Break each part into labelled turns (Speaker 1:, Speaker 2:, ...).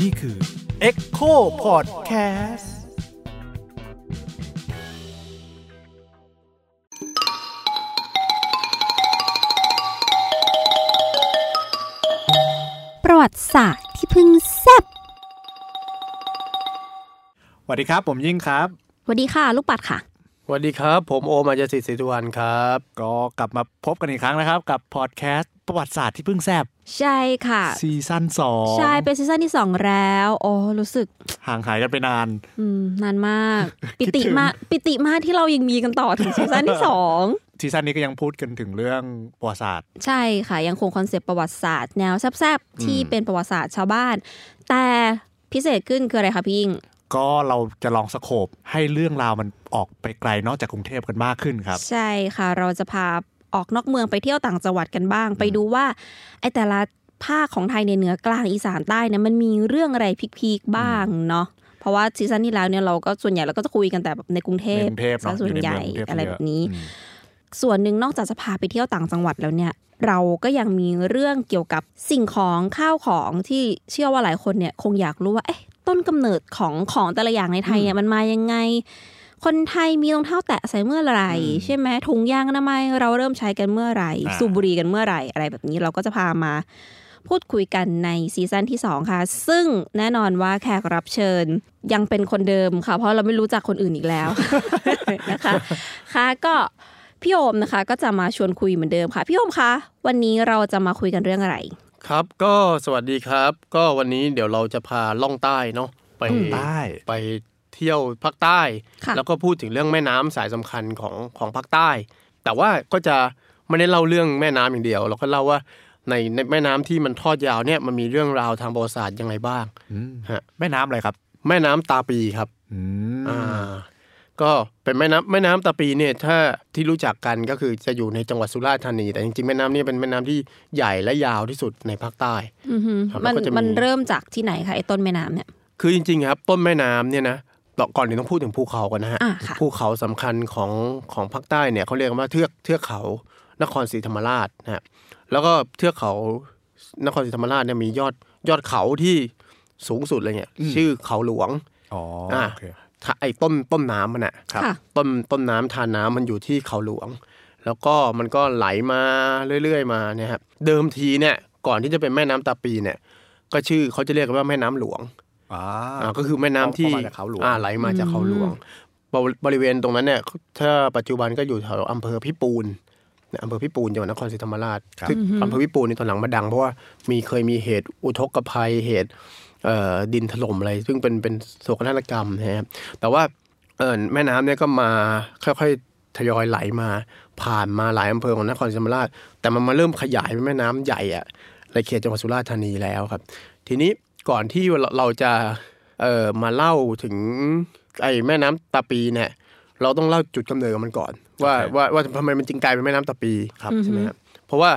Speaker 1: นี่คือ
Speaker 2: Echo Podcast
Speaker 3: ประวัติศาสตร์ที่เพิ่งแซ่บ
Speaker 1: สวัสดีครับ ผมยิ่งครับ
Speaker 3: สวัสดีค่ะ ลูกปัดค่ะ
Speaker 4: สวัสดีครับ ผมโอมอาจสิทธิ์สิทธิวันครับ
Speaker 1: ก็กลับมาพบกันอีกครั้งนะครับ กับพอดแคสต์ประวัติศาสตร์ที่เพิ่งแซบ
Speaker 3: ใช่ค่ะ
Speaker 1: ซีซั่นสอง
Speaker 3: ใช่ เป็นซีซั่นที่ 2 แล้ว โอ้ รู้สึก
Speaker 1: ห่างหายกันไปนาน
Speaker 3: อืมนานม าก ปิ
Speaker 1: คิด
Speaker 3: ติ
Speaker 1: ถึง
Speaker 3: มากปิติมากที่เรายังมีกันต่อถึ งซีซั่นที่ 2
Speaker 1: ซีซั่นนี้ก็ยังพูดกันถึงเรื่องประวัติศาสตร์
Speaker 3: ใช่ค่ะ ยังคงคอนเซปต์ประวัติศาสตร์แนวแซ่บๆ ที่เป็นประวัติศาสตร์ชาวบ้าน แต่พิเศษขึ้นคืออะไรคะพี่ยิ่ง
Speaker 1: ก็เราจะลองสโคบให้เรื่องราวมันออกไปไกลนอกจากกรุงเทพกันมากขึ้นครับ
Speaker 3: ใช่ค่ะ เราจะพาออกนอกเมืองไปเที่ยวต่างจังหวัดกันบ้าง ไปดูว่าไอ้แต่ละภาคของไทยในยเหนือกลางอีสานใต้เนี่ยมันมีเรื่องอะไรพีคๆบ้างเนาะเพราะว่าซีซั่นที่แล้วเนี่ยเราก็ส่วนใหญ่เราก็จะคุยกันแต่แบบในกรุงเท
Speaker 1: ในก
Speaker 3: พ
Speaker 1: รุงเทพ
Speaker 3: ซะ
Speaker 1: เนาะ
Speaker 3: ส่วน
Speaker 1: ยู่
Speaker 3: ใหญ่
Speaker 1: เมืงกงเทพ
Speaker 3: อะไรแบบนี้
Speaker 1: เยอะอืม
Speaker 3: ส่วนหนึ่งนอกจากจะพาไปเที่ยวต่างจังหวัดแล้วเนี่ย เราก็ยังมีเรื่องเกี่ยวกับสิ่งของข้าวของที่เชื่อว่าหลายคนเนี่ยคงอยากรู้ว่าเอ๊ะต้นกำเนิดของของแต่ละอย่างในไทยเนี่ยมันมายังไง คนไทยมีรองเท้าแตะใส่เมื่อไหร่ ใช่ไหมถุงยางอนามัยเราเริ่มใช้กันเมื่อไหร่
Speaker 1: อ่า
Speaker 3: สูบบุหรี่กันเมื่อไหร่ อะไรแบบนี้เราก็จะพามา พูดคุยกันในซีซั่นที่ 2 ค่ะ ซึ่งแน่นอนว่าแขกรับเชิญยังเป็นคนเดิมค่ะ เพราะเราไม่รู้จักคนอื่นอีกแล้ว นะคะค่ะก็พี่โอมนะคะ ก็จะมาชวนคุยเหมือนเดิมค่ะ พี่โอมคะ วันนี้เราจะมาคุยกันเรื่องอะไร
Speaker 4: ครับ ก็สวัสดีครับ ก็วันนี้เดี๋ยวเราจะพาล่องใต้เนาะไป
Speaker 1: อืมใต้
Speaker 4: ไปเที่ยวภาคใต้
Speaker 3: ค่ะ
Speaker 4: แล้วก็พูดถึงเรื่องแม่น้ำสายสำคัญของของภาคใต้ แต่ว่าก็จะไม่ได้เล่าเรื่องแม่น้ำอย่างเดียว เราก็เล่าว่าในในแม่น้ำที่มันทอดยาวเนี่ยมันมีเรื่องราวทางประวัติศาสตร์ยังไงบ้าง
Speaker 1: อืม
Speaker 4: ฮะ
Speaker 1: แม่น้ำอะไรครับ
Speaker 4: แม่น้ำตาปีครับ
Speaker 1: อืม
Speaker 4: อ่าก็เป็นแม่น้ำแม่น้ำตาปีเนี่ยถ้าที่รู้จักกันก็คือจะอยู่ในจังหวัดสุราษฎร์ธานี แต่จริงๆแม่น้ำเนี่ยเป็นแม่น้ำที่ใหญ่และยาวที่สุดในภาคใต้
Speaker 3: อือหือ
Speaker 4: ครับ
Speaker 3: มัน
Speaker 4: แล้วก็จะมี
Speaker 3: มันเริ่มจากที่ไหนคะไอ้ต้นแม่น้ำเนี่ย
Speaker 4: คือจริงๆครับต้นแม่น้ำเนี่ยนะต่อก่อนอื่นต้องพูดถึงภูเขาก่อนนะฮะ
Speaker 3: อ่าค่ะ
Speaker 4: ภูเขาสำคัญของของภาคใต้เนี่ยเขาเรียกว่าเทือกเทือกเขานครศรีธรรมราชนะฮะแล้วก็เทือกเขานครศรีธรรมราชเนี่ยมียอดยอดเขาที่สูงสุดเลยเนี่ยชื่อเขาหลวง
Speaker 1: อ๋อ
Speaker 4: อ่า
Speaker 1: โอเค
Speaker 4: ถ้าไอ้ต้นต้นน้ำมันอ่ะ
Speaker 3: ครับค่ะ
Speaker 4: ต้นต้นน้ำทานน้ำมันอยู่ที่เขาหลวง แล้วก็มันก็ไหลมาเรื่อยๆมาเนี่ยครับเดิมทีเนี่ยก่อนที่จะเป็นแม่น้ำตาปีเนี่ย ก็ชื่อเขาจะเรียกกันว่าแม่น้ำหลวง
Speaker 1: อ่า
Speaker 4: อ่าก็คือแม่น้ำที่
Speaker 1: เอามาจากเขาหลวง
Speaker 4: อ่าไหลมาจากเขาหลวงบริบริเวณตรงนั้นเนี่ยถ้าปัจจุบันก็อยู่แถวอำเภอพิปูนเนี่ยอำเภอพิปูนจังหวัดนครศรีธรรมราชซึ่งอำเภอพิปูนในตอนหลังมาดังเพราะว่ามีเคยมีเหตุอุทกภัยเหตุเอ่อดินถล่มอะไร ซึ่งเป็นเป็นโศกนาฏกรรมนะครับ แต่ว่าเออแม่น้ำเนี่ยก็มาค่อยๆทยอยไหลมา ผ่านมาหลายอำเภอของนครศรีธรรมราช แต่มันมาเริ่มขยายเป็นแม่น้ำใหญ่อะในเขตจังหวัดสุราษฎร์ธานีแล้วครับ ทีนี้ก่อนที่เราเราจะเออมาเล่าถึงไอ้แม่น้ำตาปีเนี่ยเราต้องเล่าจุดกำเนิดของมันก่อน ว่า
Speaker 1: โอเค
Speaker 4: ว่าว่าทำไมมันจึงกลายเป็นแม่น้ำตาปีครับใช่ไหมครับเพราะว่า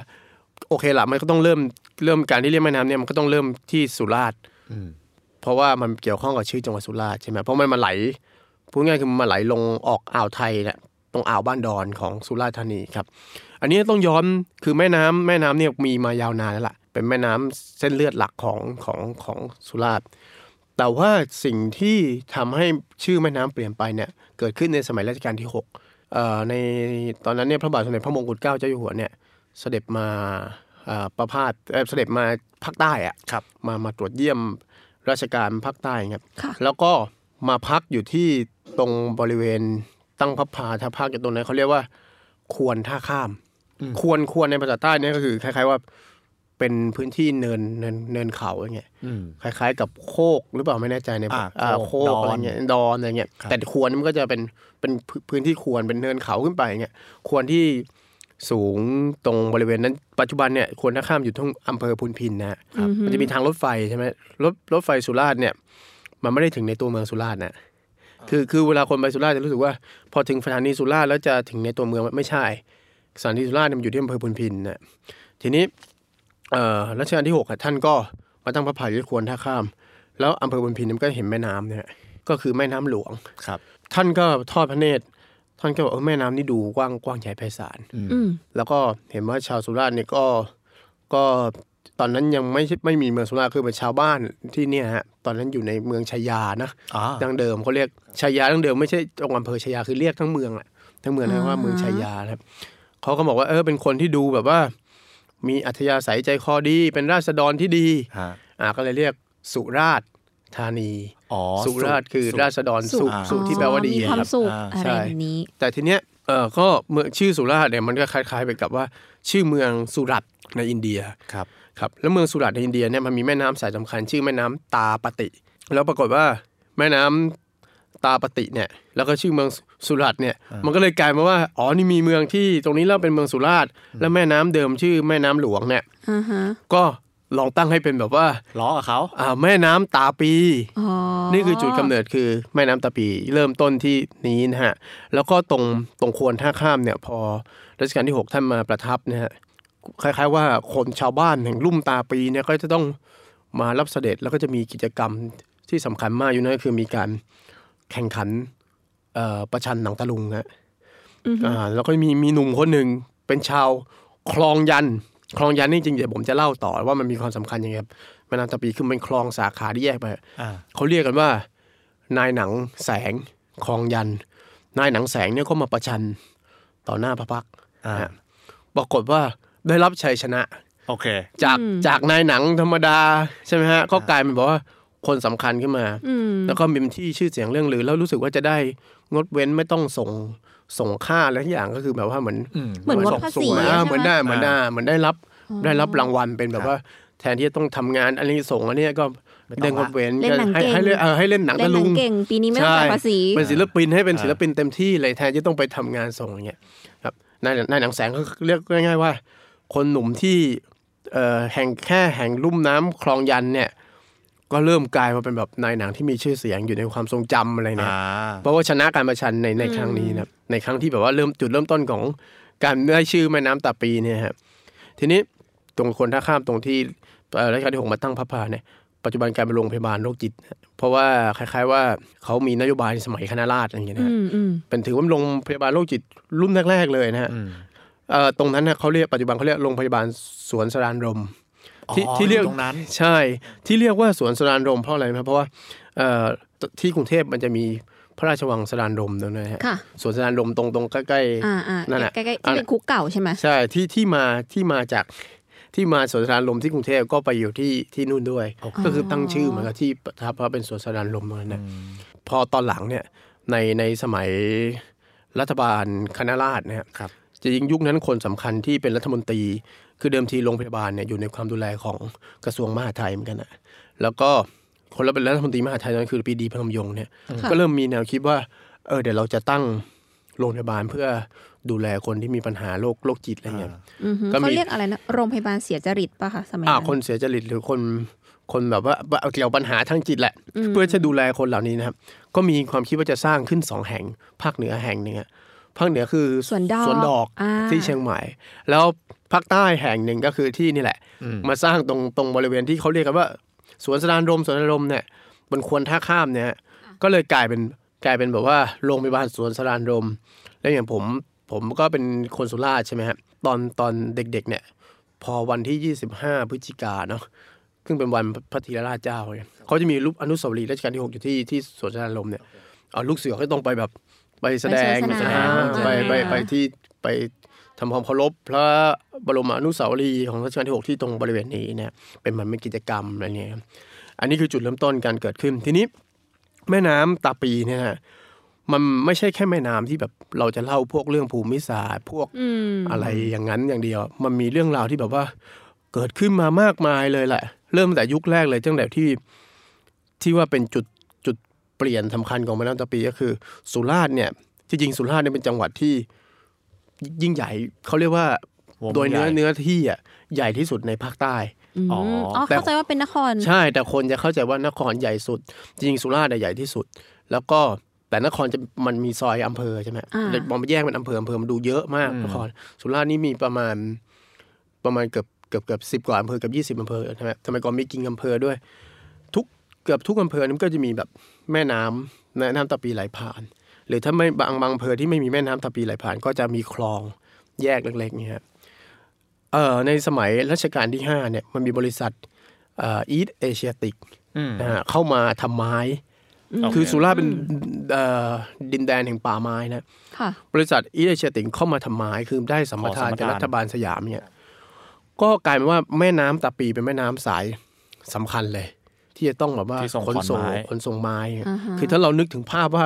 Speaker 4: โอเคละมันก็ต้องเริ่มเริ่มการที่เรียกแม่น้ำเนี่ยมันก็ต้องเริ่มที่สุราษฎร์
Speaker 1: อืม
Speaker 4: เพราะว่ามันเกี่ยวข้องกับชื่อจังหวัดสุราษฎร์ใช่ไหมเพราะมันมาไหลพูดง่ายๆคือมันมาไหลลงออกอ่าวไทยเนี่ยตรงอ่าวบ้านดอนของสุราษฎร์ธานีครับ อันนี้ต้องย้อนคือแม่น้ำแม่น้ำเนี่ยมีมายาวนานแล้วล่ะเป็นแม่น้ำเส้นเลือดหลักของของของสุราษฎร์แต่ว่าสิ่งที่ทำให้ชื่อแม่น้ำเปลี่ยนไปเนี่ยเกิดขึ้นในสมัยรัชกาลที่หกเอ่อในตอนนั้นเนี่ยพระบาทสมเด็จพระมงกุฎเกล้าเจ้าอยู่หัวเนี่ยเสด็จมาเอ่อประพาสเอ่อเสด็จมาภาคใต้อะ
Speaker 1: ครับ
Speaker 4: มามาตรวจเยี่ยม ราชการภาคใต้ครับ
Speaker 3: ค่ะ
Speaker 4: แล้วก็มาพักอยู่ที่ตรงบริเวณตั้งพับพาถ้าพักอยู่ตรงนั้นเขาเรียกว่า ควรท่าข้าม ควรควรในภาษาใต้เนี่ยก็คือคล้ายๆว่าเป็นพื้นที่เนินเนินเนินเขาอย่างเงี้ย
Speaker 1: อืม
Speaker 4: คล้ายๆกับโคกหรือเปล่าไม่แน่ใจใน
Speaker 1: อ่า
Speaker 4: อ่า
Speaker 1: โค
Speaker 4: โค
Speaker 1: ก
Speaker 4: กอะไรเงี้ยดอนอะไรเงี้ย
Speaker 1: ครับ
Speaker 4: แต่ควรมันก็จะเป็นเป็นพืพื้นที่ควรเป็นเนินเขาขึ้นไปเงี้ยควรที่สูงตรงบริเวณนั้นปัจจุบันเนี่ยควรท่าข้ามอยู่ที่อำเภอพุนพินนะฮะมันจะมีทางรถไฟใช่ไหมรถรถไฟสุราษฎร์เนี่ยมันไม่ได้ถึงในตัวเมืองสุราษฎร์นะคือคือเวลาคนไปสุราษฎร์จะรู้สึกว่า พอถึงสถานีสุราษฎร์แล้วจะถึงในตัวเมืองไม่ใช่สถานีสุราษฎร์เนี่ยมันอยู่ที่อำเภอพุนพินนะทีนี้ เอ่อรัชกาลที่หกอะท่านก็มาตั้งพระพายที่ควรท่าข้าม แล้วอำเภอบุญพินมันก็เห็นแม่น้ำเนี่ยก็คือแม่น้ำหลวง
Speaker 1: ครับ
Speaker 4: ท่านก็ทอดพระเนตร ท่านก็บอกเออแม่น้ำนี่ดูกว้างกว้างใหญ่ไพศาล
Speaker 3: อืม
Speaker 4: แล้วก็เห็นว่าชาวสุราษฎร์เนี่ยก็ก็ ตอนนั้นยังไม่ใช่ไม่มีเมืองสุราษฎร์คือเป็นชาวบ้านที่เนี่ยฮะตอนนั้นอยู่ในเมืองชายานะ
Speaker 1: อ่า
Speaker 4: ดังเดิมเขาเรียกชายาดังเดิมไม่ใช่องค์อำเภอชายาคือเรียกทั้งเมืองแหละทั้งเมืองนะว่าเมืองชายานะครับเขาก็บอกว่าเออเป็นคนที่ดูแบบว่า มีอัธยาศัยใจคอดี เป็นราษฎรที่ดี
Speaker 1: ฮะ
Speaker 4: อ่าก็เลยเรียกสุราษฎร์ธานี
Speaker 1: อ๋อ
Speaker 4: สุราษฎร์คือราษฎรสุ
Speaker 1: สุข
Speaker 4: ขสุขที่แปลว่าดี
Speaker 3: มีความ
Speaker 4: ครับ
Speaker 3: สุข
Speaker 1: อ่า
Speaker 3: อะไรแบบนี้
Speaker 4: แต่ทีเนี้ยเออก็เมืองชื่อสุราษฎร์เนี่ยมันก็คล้าย ๆ ไปกับว่า ชื่อเมืองสุรัตในอินเดีย
Speaker 1: ครับ
Speaker 4: ครับแล้วเมืองสุราษฎร์ในอินเดียเนี่ยมันมีแม่น้ำสายสำคัญชื่อแม่น้ำตาปติ แล้วปรากฏว่าแม่น้ำตาปติเนี่ยแล้วก็ชื่อเมืองสุราษฎร์เนี่ยมันก็เลยกลายมาว่าอ๋อนี่มีเมืองที่ตรงนี้แล้วเป็นเมืองสุราษฎร์แล้วแม่น้ำเดิมชื่อแม่น้ำหลวงเนี่ย
Speaker 3: อ่าฮะ
Speaker 4: ก็ลองตั้งให้เป็นแบบว่า
Speaker 1: ล้อกับเขา
Speaker 4: อ่าแม่น้ำตาปี
Speaker 3: อ๋อ
Speaker 4: นี่คือจุดกำเนิดคือแม่น้ำตาปีเริ่มต้นที่นี้นะฮะ แล้วก็ตรงตรงควนท่าข้ามเนี่ยพอรัชกาลที่ 6 ท่านมาประทับนะฮะคล้ายๆว่าคนชาวบ้านแห่งลุ่มตาปีเนี่ยก็จะต้องมารับเสด็จแล้วก็จะมีกิจกรรมที่สำคัญมากอยู่นั่นก็คือมีการแข่งขันเอ่อประชันหนังตะลุงนะฮะอ่าแล้วก็มีมีหนุ่มคนหนึ่งเป็นชาวคลองยัน คลองยันนี่จริงๆเดี๋ยวผมจะเล่าต่อว่ามันมีความสำคัญยังไงครับแม่น้ำตาปีคือมันเป็นคลองสาขาที่แยกไป
Speaker 1: อ่า
Speaker 4: เขาเรียกกันว่า นายหนังแสงคลองยัน นายหนังแสงเนี่ยก็มาประชันต่อหน้าพระพักตร์
Speaker 1: อ่า
Speaker 4: นะฮะปรากฏว่าได้รับชัยชนะ
Speaker 1: โอเค
Speaker 4: จากจากนายหนังธรรมดาใช่ไหมฮะก็กลายเป็นแบบว่าคนสำคัญขึ้นมา
Speaker 3: อืม
Speaker 4: แล้วก็มีที่ชื่อเสียงเรื่องลือ แล้วรู้สึกว่าจะได้งดเว้นไม่ต้องส่งส่งค่าอะไรทุกอย่างก็คือแบบว่าเหมือน
Speaker 1: อืม
Speaker 3: เหมือนลดภาษี
Speaker 4: เหมือน
Speaker 3: ใช่
Speaker 4: อ่า
Speaker 3: ไหม
Speaker 4: เหมือนได้เหมือนได้เหมือนได้รับได้รับรางวัลเป็นแบบว่า แทนที่จะต้องทำงานอันนี้ส่งอันเนี้ยก็
Speaker 1: ไม่ต้อง
Speaker 4: ได้งด
Speaker 1: ละ
Speaker 4: เว้น
Speaker 3: เล่นหนัง
Speaker 4: ให้
Speaker 3: เก่ง
Speaker 4: ให้เล่นเออให้เล่นหนัง
Speaker 3: เล่
Speaker 4: ตะ
Speaker 3: นหนั
Speaker 4: ลุ
Speaker 3: ง
Speaker 4: ง
Speaker 3: เก่ง ปีนี้ไม่ต้องจ่ายภาษี
Speaker 4: เป็นศิลปินให้เป็น
Speaker 1: อ่า
Speaker 4: ศิลปินเต็มที่เลยแทนที่ต้องไปทำงานส่งอย่างเงี้ยครับนายนายหนังแสงก็เรียกง่าย ๆว่า คนหนุ่มที่เอ่อแห่งแค่แห่งลุ่มน้ำคลองยันเนี่ยก็เริ่มกลายมาเป็นแบบนายหนังที่มีชื่อเสียงอยู่ในความทรงจำอะไรเนี่ย
Speaker 1: อ่า
Speaker 4: เพราะว่าชนะการประชันในในครั้งนี้นะครับในครั้งที่แบบว่าเริ่มจุดเริ่มต้นของการได้ชื่อแม่น้ำตาปีเนี่ยฮะทีนี้ตรงคนท่าข้ามตรงที่เอ่อรัชกาลที่หกมาตั้งพระพลาเนี่ยปัจจุบันกลายเป็นโรงพยาบาลโรคจิตนะเพราะว่าคล้ายๆว่าเขามีนโยบายสมัยคณะราษฎรอย่างเงี้ย
Speaker 3: อื
Speaker 4: นะฮะ
Speaker 3: มอืม
Speaker 4: เป็นถือว่าเป็นโรงพยาบาลโรคจิตรุ่นแรกๆเลยนะฮะ
Speaker 1: อืม
Speaker 4: เอ่อตรงนั้นนะเขาเรียกปัจจุบันเขาเรียกโรงพยาบาลสวนสรานรม ที่ที่เรียก
Speaker 1: ตรงนั้น
Speaker 4: ใช่ที่เรียกว่าสวนสรานรมเพราะอะไรนะครับเพราะว่าเอ่อตที่กรุงเทพมันจะมีพระราชวังสรานรมตรงนั้นนะฮะ
Speaker 3: ค่ะ
Speaker 4: สวนสนานลมตรงตรงใกล้
Speaker 3: อ่าอ่า
Speaker 4: นั่นแหละ
Speaker 3: ใกล้ๆ
Speaker 4: อ่า
Speaker 3: ที่เป็นคุกเก่าใช่ไหม
Speaker 4: ๆใช่ที่ที่มาที่มาจากที่มาสวนสนานลมที่กรุงเทพก็ไปอยู่ที่ที่นู่นด้วย ก็คือตั้งชื่อเหมือนกับที่ประทับว่าเป็นสวนสนานลมตรงนั้นนะพอตอนหลังเนี่ยในในสมัยรัฐบาลคณะราษฎรนะครับ จะยิงยุคนั้นคนสำคัญที่เป็นรัฐมนตรี คือเดิมทีโรงพยาบาลเนี่ยอยู่ในความดูแลของกระทรวงมหาดไทยเหมือนกันนะแล้วก็คนละเป็นรัฐมนตรีมหาดไทยตอนนั้นคือปรีดีพนมยงค์เนี่ย
Speaker 3: ค่ะ
Speaker 4: ก็เริ่มมีแนวคิดว่า เออเดี๋ยวเราจะตั้งโรงพยาบาลเพื่อดูแลคนที่มีปัญหาโรคโรคจิตอะไรเงี้ย
Speaker 3: อือฮึ
Speaker 4: ก็มี
Speaker 3: เขาเรียกอะไรนะ โรงพยาบาลเสียจริตป่ะคะสมัย
Speaker 4: อ่า
Speaker 3: นั้น
Speaker 4: คนเสียจริตหรือคนคนแบบว่าเอาเกี่ยวปัญหาทางจิตแหละ เพื่อจะดูแลคนเหล่านี้นะครับ ก็มีความคิดว่าจะสร้างขึ้นสองแห่ง ภาคเหนือแห่งหนึ่งอะภาคเหนือคือ
Speaker 3: สวนดอก
Speaker 4: สวนดอก
Speaker 3: า
Speaker 4: ที่เชียงใหม่ แล้วภาคใต้แห่งหนึ่งก็คือที่นี่แหละ มาสร้างตรงตรงบริเวณที่เขาเรียกกันว่า สวนสนานรมสวนสนานรมเนี่ยบนควนท่าข้ามเนี่ยก็เลยกลายเป็นกลายเป็นแบบว่าโรงพยาบาลสวนสนานรม แล้วอย่างผมผมก็เป็นคนสุราษฎร์ใช่ไหมฮะตอนตอนเด็กๆเนี่ย พอวันที่ 25 พฤศจิกาเนาะซึ่งเป็นวันพระธีรราชเจ้าเนี่ยเขาจะมีรูปอนุสาวรีย์รัชกาลที่ 6 อยู่ที่ที่สวนสนานลมเนี่ยเอาลูกเสือก็ต้องไปแบบไปแสดง
Speaker 3: ไป
Speaker 4: แส
Speaker 3: แส
Speaker 4: ด
Speaker 3: ด
Speaker 4: ง
Speaker 3: ง
Speaker 4: ไป
Speaker 3: อ่า
Speaker 4: ไปไปที่ไปทำความเคารพพระบรมอนุสาวรีย์ของรัชกาลที่ 6 ที่ตรงบริเวณนี้เนี่ยเป็นเหมือนเป็นกิจกรรมอะไรเนี่ยครับอันนี้คือจุดเริ่มต้นการเกิดขึ้นทีนี้ แม่น้ำตาปีเนี่ยฮะมันไม่ใช่แค่แม่น้ำที่แบบเราจะเล่าพวกเรื่องภูมิศาสตร์ พวกอะไรอย่างนั้นอย่างเดียว มันมีเรื่องราวที่แบบว่า เกิดขึ้นมามากมายเลยแหละ เริ่มตั้งแต่ยุคแรกเลยตั้งแต่ที่ที่ว่าเป็นจุดจุดเปลี่ยนสำคัญของแม่น้ำตาปีก็คือ สุราษฎร์เนี่ยที่จริงสุราษฎร์เนี่ยเป็นจังหวัดที่ยิ่งใหญ่เขาเรียกว่า
Speaker 1: วง
Speaker 4: โดยเนื้อ
Speaker 1: ใหญ่
Speaker 4: เนื้อที่อ่ะใหญ่ที่สุดในภาคใต้
Speaker 3: ม
Speaker 1: อ๋
Speaker 3: อ๋
Speaker 1: อ
Speaker 3: อ
Speaker 1: อ๋
Speaker 3: เข้าใจว่าเป็นนคร
Speaker 4: ใช่ แต่คนจะเข้าใจว่านครใหญ่สุด จริงๆสุราษฎร์อะใหญ่ที่สุด แล้วก็แต่นครจะมันมีซอยอำเภอใช่ไหม
Speaker 3: อ่า
Speaker 4: เด็กบอมไปแยกเป็นอำเภออำเภอมันดูเยอะมากนครสุราษฎร์นี่มีประมาณประมาณเกือบเกือบเกือบสิบกว่าอำเภอเกือบยี่สิบอำเภอใช่ไหมสมัยก่อนมีกิงอำเภอด้วย ทุกเกือบทุกอำเภอนี่มันก็จะมีแบบแม่น้ำแม่น้ำตะปีไหลผ่าน หรือถ้าไม่บางบางอำเภอที่ไม่มีแม่น้ำตะปีไหลผ่าน ก็จะมีคลองแยกเล็กๆเนี่ยฮะ เอ่อในสมัยรัชกาลที่ 5 เนี่ยมันมีบริษัทอีทเอเชียติก
Speaker 1: อืม
Speaker 4: เข้ามาทำไม้
Speaker 5: โเ
Speaker 4: คือสุราษฎร์เป็นเอ่อดินแดนแห่งป่าไม้นะ
Speaker 3: ค่ะ
Speaker 4: บริษัทอีเดเชติงเข้ามาทำไม้คือได้สัมปทาน
Speaker 1: ขอสัมปทาน
Speaker 4: จากรัฐบาลสยามเนี่ยก็กลายเป็นว่าแม่น้ำตาปีเป็นแม่น้ำสายสำคัญเลย ที่จะต้องแบบว่า
Speaker 1: ที่ส่ง
Speaker 4: ขนส่ง
Speaker 1: ขอนไม้
Speaker 4: ขนส่งไม้อะ
Speaker 3: อ่าฮะ
Speaker 4: คือถ้าเรานึกถึงภาพว่า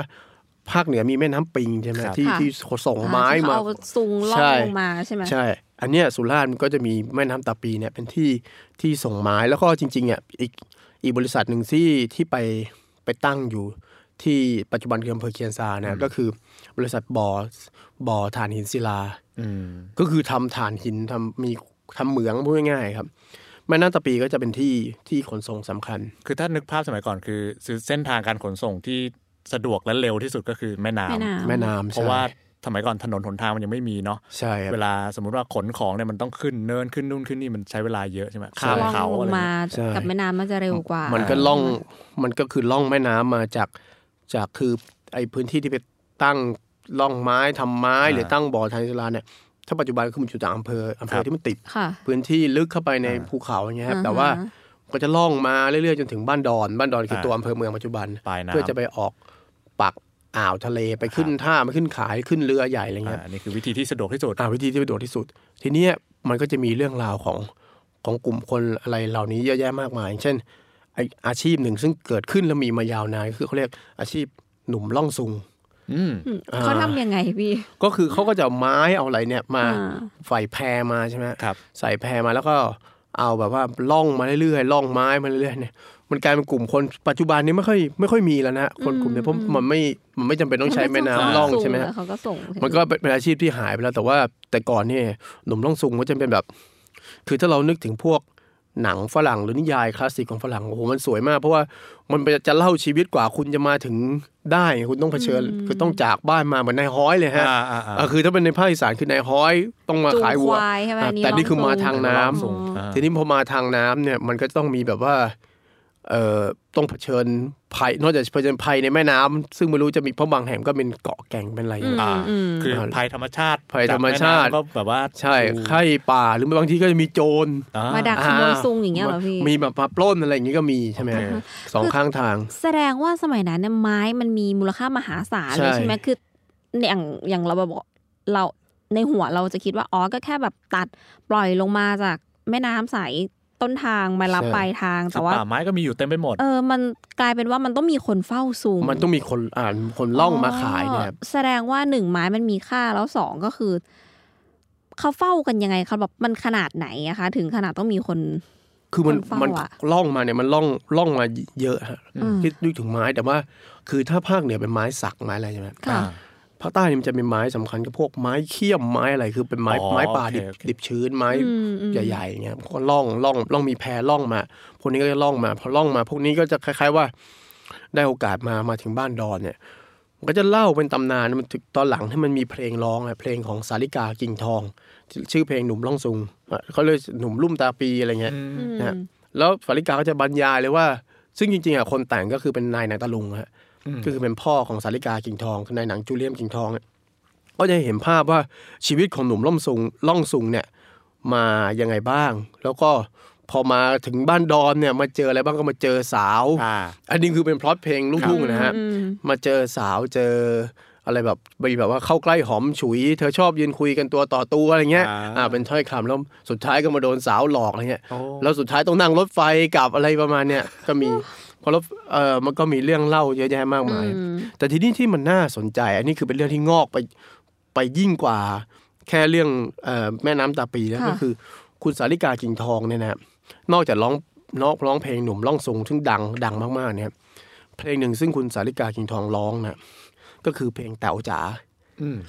Speaker 4: ภาคเหนือมีแม่น้ำปิงใช่ไหม
Speaker 1: ครับ
Speaker 4: ที่ที่ส่งไม้มา
Speaker 3: เอาซุงล่อ
Speaker 4: ใช่
Speaker 3: ลงมาใช่ไหม
Speaker 4: ใช่ อันเนี้ยสุราษฎร์มันก็จะมีแม่น้ำตาปีเนี่ยเป็นที่ที่ส่งไม้แล้วก็จริงๆอ่ะอีกอีกบริษัทหนึ่งที่ที่ไปไปตั้งอยู่ ที่ปัจจุบันคืออำเภอเคียนซานะก็คือบริษัทบ่อบ่อถ่านหินศิลา
Speaker 1: อืม
Speaker 4: ก็คือทำฐานหินทำมีทำเหมืองพูดง่ายๆครับแม่น้ำตะปีก็จะเป็นที่ที่ขนส่งสำคัญ
Speaker 1: คือถ้านึกภาพสมัยก่อนคือเส้นทางการขนส่งที่สะดวกและเร็วที่สุดก็คือแม่น้
Speaker 3: แม่น้
Speaker 1: ำ
Speaker 4: แม่น้ำ
Speaker 1: เพราะ
Speaker 4: ใช่
Speaker 1: ว่าสมัยก่อนถนนหนทางมันยังไม่มีเนาะ
Speaker 4: ใช่ครับ
Speaker 1: เวลาสมมุติว่าขนของเนี่ยมันต้องขึ้นเนินขึ้นนู่นขึ้นนี่มันใช้เวลาเยอะใช่ไหม
Speaker 4: ใช่
Speaker 1: ข้าม
Speaker 3: ล่อง
Speaker 1: เขา
Speaker 3: ล
Speaker 1: อะ
Speaker 3: ง
Speaker 1: ไร
Speaker 3: มา
Speaker 1: เงี้ย
Speaker 4: ใช่
Speaker 3: กับแม่น้ำน่าจะเร็วกว่า
Speaker 4: มั
Speaker 3: มั
Speaker 4: นก็ล่องมันก็คือล่องแม่น้ำมาจากจากคือไอพื้นที่ที่ไปตั้งล่องไม้ทำไม้
Speaker 1: อ่า
Speaker 4: หรือตั้งบ่อไทยศิลาเนี่ยถ้าปัจจุบันคือมันอยู่ต่างอำเภออำเภ
Speaker 1: ครั
Speaker 4: อบ ที่มันติด
Speaker 3: ค่ะ
Speaker 4: พื้นที่ลึกเข้าไปใน
Speaker 1: อ่า
Speaker 4: ภูเขาอย่างเงี้ยครั
Speaker 3: อ่า
Speaker 4: บ
Speaker 3: ฮะ
Speaker 4: แต่ว่าก็จะล่องมาเรื่อยๆจนถึงบ้านดอนบ้านดอนคืออา ตัวอำเภอเมืองปัจจุบัน
Speaker 1: ปลายน้ำ
Speaker 4: เพื่อจะไปออกปากอ่าวทะเลไปขึ้นท่าไปขึ้นขายขึ้นเรือใหญ่อะไรเงี้ย
Speaker 1: อ่าอันนี้คือวิธีที่สะดวกที่สุด
Speaker 4: อ่าวิธีที่ประโยชน์ที่สุด ทีเนี้ยมันก็จะมีเรื่องราวของของกลุ่มคนอะไรเหล่านี้เยอะแยะมากมายอย่างเช่นไออาชีพหนึ่งซึ่งเกิดขึ้นแล้วมีมายาวนานก็คือเขาเรียกอาชีพหนุ่มล่องซุง
Speaker 1: อืม
Speaker 3: อืม
Speaker 4: อ่า
Speaker 3: เขาทำยังไงพี่
Speaker 4: ก็คือเขาก็จะเอาไม้เอาอะไรเนี่ยมา
Speaker 3: อ่า
Speaker 4: ใส่แพรมาใช่ไหม
Speaker 1: ครับ
Speaker 4: ใส่แพรมาแล้วก็เอาแบบว่าล่องมาเรื่อยๆล่องไม้มาเรื่อยๆเนี่ยมันกลายเป็นกลุ่มคนปัจจุบันนี้ไม่ค่อยไม่ค่อยมีแล้วนะคนกลุ่มเนี้ยเพราะมันไม่มันไม่จำเป็นต้องใช้แม่น้ำล่องใช่ไหมฮะ
Speaker 3: แล้วเขาก็ส่ง
Speaker 4: มันก็เป็นเป็นอาชีพที่หายไปแล้วแต่ว่าแต่ก่อนเนี่ยหนุ่มล่องซุงก็จะเป็นแบบ คือถ้าเรานึกถึงพวกหนังฝรั่งหรือนิยายคลาสสิกของฝรั่งโอ้โหมันสวยมาก เพราะว่ามันเป็นจะเล่าชีวิตกว่าคุณจะมาถึงได้ คุณต้องเผชิญคือต้องจากบ้านมาเหมือนนายฮ้อยเลยฮะ
Speaker 1: อ่าอ่าอ่า
Speaker 4: เออคือถ้าเป็นในภาคอีสานคือนายฮ้อยต้องมา
Speaker 3: จูง
Speaker 4: ขายวัว
Speaker 3: ควายใช่ไหม
Speaker 4: อ่ะ
Speaker 3: อันนี้
Speaker 4: แต่นี่คือมา
Speaker 3: ล่ง
Speaker 4: ทาง
Speaker 3: ส่
Speaker 4: น้ำ
Speaker 1: ล่องส่งอ่า
Speaker 4: ทีนี้พอมาทางน้ำเนี่ยมันก็จะต้องมีแบบว่าเอ่อต้องเผชิญภัยนอกจากเผชิญภัยในแม่น้ำซึ่งไม่รู้จะมีเพราะบางแห่งก็เป็นเกาะแก่งเป็นอะไรอย่างเงี้ย
Speaker 1: อ่าคือ
Speaker 4: อ่า
Speaker 1: ภัยธรรมชาติ
Speaker 4: ภัยธรรมชาติ
Speaker 1: จกแน้ำก็แบบว่า
Speaker 4: ใช่ไข้ป่าหรือบางทีก็จะมีโจร
Speaker 1: อ่
Speaker 3: มาดักขโมย
Speaker 4: า
Speaker 3: ซุงอย่างเงี้ยเหรอพี่
Speaker 4: มีแบบมาปล้นอะไรอย่างงี้ก็มีใช่ไหม
Speaker 1: โอเค
Speaker 4: สองข้างทาง
Speaker 3: แสดงว่าสมัยนั้นเนี่ยไม้มันมีมูลค่ามหาศาลเลย
Speaker 4: ใช่
Speaker 3: ใช่ไหมคืออย่างอย่างเราบอกเราในหัวเราจะคิดว่าอ๋อก็แค่แบบตัดปล่อยลงมาจากแม่น้ำใสต้นทางมารับปลายทาง
Speaker 1: คื
Speaker 3: แต่
Speaker 1: อ
Speaker 3: ว่า
Speaker 1: ป่าไม้ก็มีอยู่เต็มไปหมด
Speaker 3: เออมันกลายเป็นว่ามันต้องมีคนเฝ้าซุง
Speaker 4: มันต้องมีคนอ่านคนล่องมาขายเนี่ยครับ
Speaker 3: แสดงว่าหนึ่งไม้มันมีค่าแล้วสองก็คือ เขาเฝ้ากันยังไงเขาแบบมันขนาดไหนอะคะ ถึงขนาดต้องมีคน
Speaker 4: คือมัน
Speaker 3: คนเฝ้า
Speaker 4: มัน
Speaker 3: อะ
Speaker 4: ล่องมาเนี่ยมันล่องล่องมาเยอะฮะคิดดูถึงไม้แต่ว่า คือถ้าภาคเหนือเป็นไม้สักไม้อะไรใช่ไหม
Speaker 3: ค่ะ
Speaker 4: ภาคใต้เนี่ยมันจะเป็นไม้สำคัญก็พวกไม้เขี้ยมไม้อะไรคือเป็นไม้
Speaker 1: อ๋อ
Speaker 4: ไม้ป่า
Speaker 1: โอเค
Speaker 4: ดิบ
Speaker 1: โอเค
Speaker 4: ดิบชื้นไม้
Speaker 3: อืมอืม
Speaker 4: ใหญ่ๆอย่างเงี้ยก็ล่องล่องล่องมีแพล่องมาพวกนี้ก็จะล่องมาพอล่องมา พวกนี้ก็จะคล้าย ๆว่า ได้โอกาสมามาถึงบ้านดอนเนี่ย มันก็จะเล่าเป็นตำนานมันถึงตอนหลังที่มันมีเพลงร้องอะเพลงของสาริกากิ่งทอง ชื่อเพลงหนุ่มล่องซุงอะเขาเลยกหนุ่มลุ่มตาปีอะไรเงี้ย
Speaker 3: อืม
Speaker 4: นะแล้วฟาริกาก็จะบรรยายเลยว่า ซึ่งจริงๆอ่ะคนแต่งก็คือเป็นนายหนังตะลุงฮะก็คือเป็นพ่อของสาริกากิ่งทองคือนายหนังจูเลียมกิ่งทองเนี่ยก็จะเห็นภาพว่าชีวิตของหนุ่มล่องซุงล่องซุงเนี่ยมายังไงบ้าง แล้วก็พอมาถึงบ้านดอนเนี่ยมาเจออะไรบ้างก็มาเจอสาว
Speaker 1: อ่า
Speaker 4: อันนี้คือเป็นพล็อตเพลงลูกทุ่งนะฮะ
Speaker 3: อืม
Speaker 4: มาเจอสาวเจออะไรแบบมีแบบว่าเข้าใกล้หอมฉุย เธอชอบยืนคุยกันตัวต่อตัวอะไรเงี้ย
Speaker 1: อ่า
Speaker 4: อ่าเป็นถ้อยคำแล้วสุดท้ายก็มาโดนสาวหลอกอะไรเงี้ย
Speaker 1: โอ้
Speaker 4: แล้วสุดท้ายต้องนั่งรถไฟกลับอะไรประมาณ เนี้ยก็มีเพอรถเออมันก็มีเรื่องเล่าเยอะแยะมากมาย แต่ทีนี้ที่มันน่าสนใจ อันนี้คือเป็นเรื่องที่งอกไปไปยิ่งกว่า แค่เรื่องเออแม่น้ำตาปีแล้ว
Speaker 3: ค่ะ
Speaker 4: ก็คือ คุณสาริกากิ่งทองเนี่ยนะนอกจากร้องนอกร้องเพลงหนุ่มล่องทรงซึ่งดังดังมากๆเนี่ยเพลงหนึ่งซึ่งคุณสาริกากิ่งทองร้องนะก็คือเพลงแต๋วจ๋า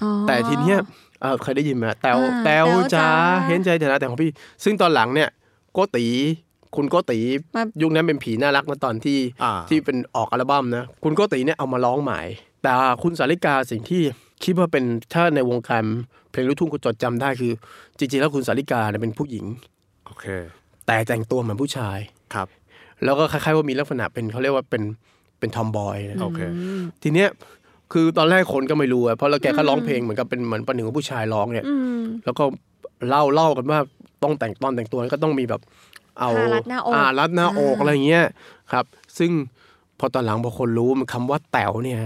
Speaker 3: อ๋อ
Speaker 4: แต่ทีเนี้ยเอ่อเคยได้ยินไหมแต๋ว
Speaker 3: อ่า
Speaker 4: แต๋ว
Speaker 3: แต๋วจ๋า
Speaker 4: จ๋าเห็นใจเถอะนะแต่ของพี่ ซึ่งตอนหลังเนี่ยโกตีคุณโกตี
Speaker 3: มา
Speaker 4: ยุคนั้นเป็นผีน่ารักนะตอนที่
Speaker 1: อ่า
Speaker 4: ที่เป็นออกอัลบั้มนะ คุณโกติเนี่ยเอามาร้องใหม่ แต่คุณสาริกาสิ่งที่คิดว่าเป็นถ้าในวงการเพลงลูกทุ่งคุณจดจำได้คือ จริงๆแล้วคุณสาริกาเนี่ยเป็นผู้หญิง
Speaker 1: โอเค
Speaker 4: แต่แต่งตัวเหมือนผู้ชาย
Speaker 1: ครับ
Speaker 4: แล้วก็คล้ายๆว่ามีลักษณะเป็นเขาเรียกว่าเป็นเป็นทอมบอยนะ
Speaker 1: โอเค
Speaker 4: ทีเนี้ยคือตอนแรกคนก็ไม่รู้อะเพราะแล้วแกก็ร้องเพลงเหมือนกับเป็นเหมือนประหนึ่งว่าผู้ชายร้องเนี่ย
Speaker 3: อืม
Speaker 4: แล้วก็ เล่าเล่ากันว่าต้องแต่งตอนแต่งตัวก็ต้องมีแบบเอา
Speaker 3: ผ้ารัดหน้าอก
Speaker 4: อ่รัดหน้าอกอะไรอย่างเงี้ยครับ ซึ่งพอตอนหลังพอคนรู้มันคำว่าแต๋วเนี่ย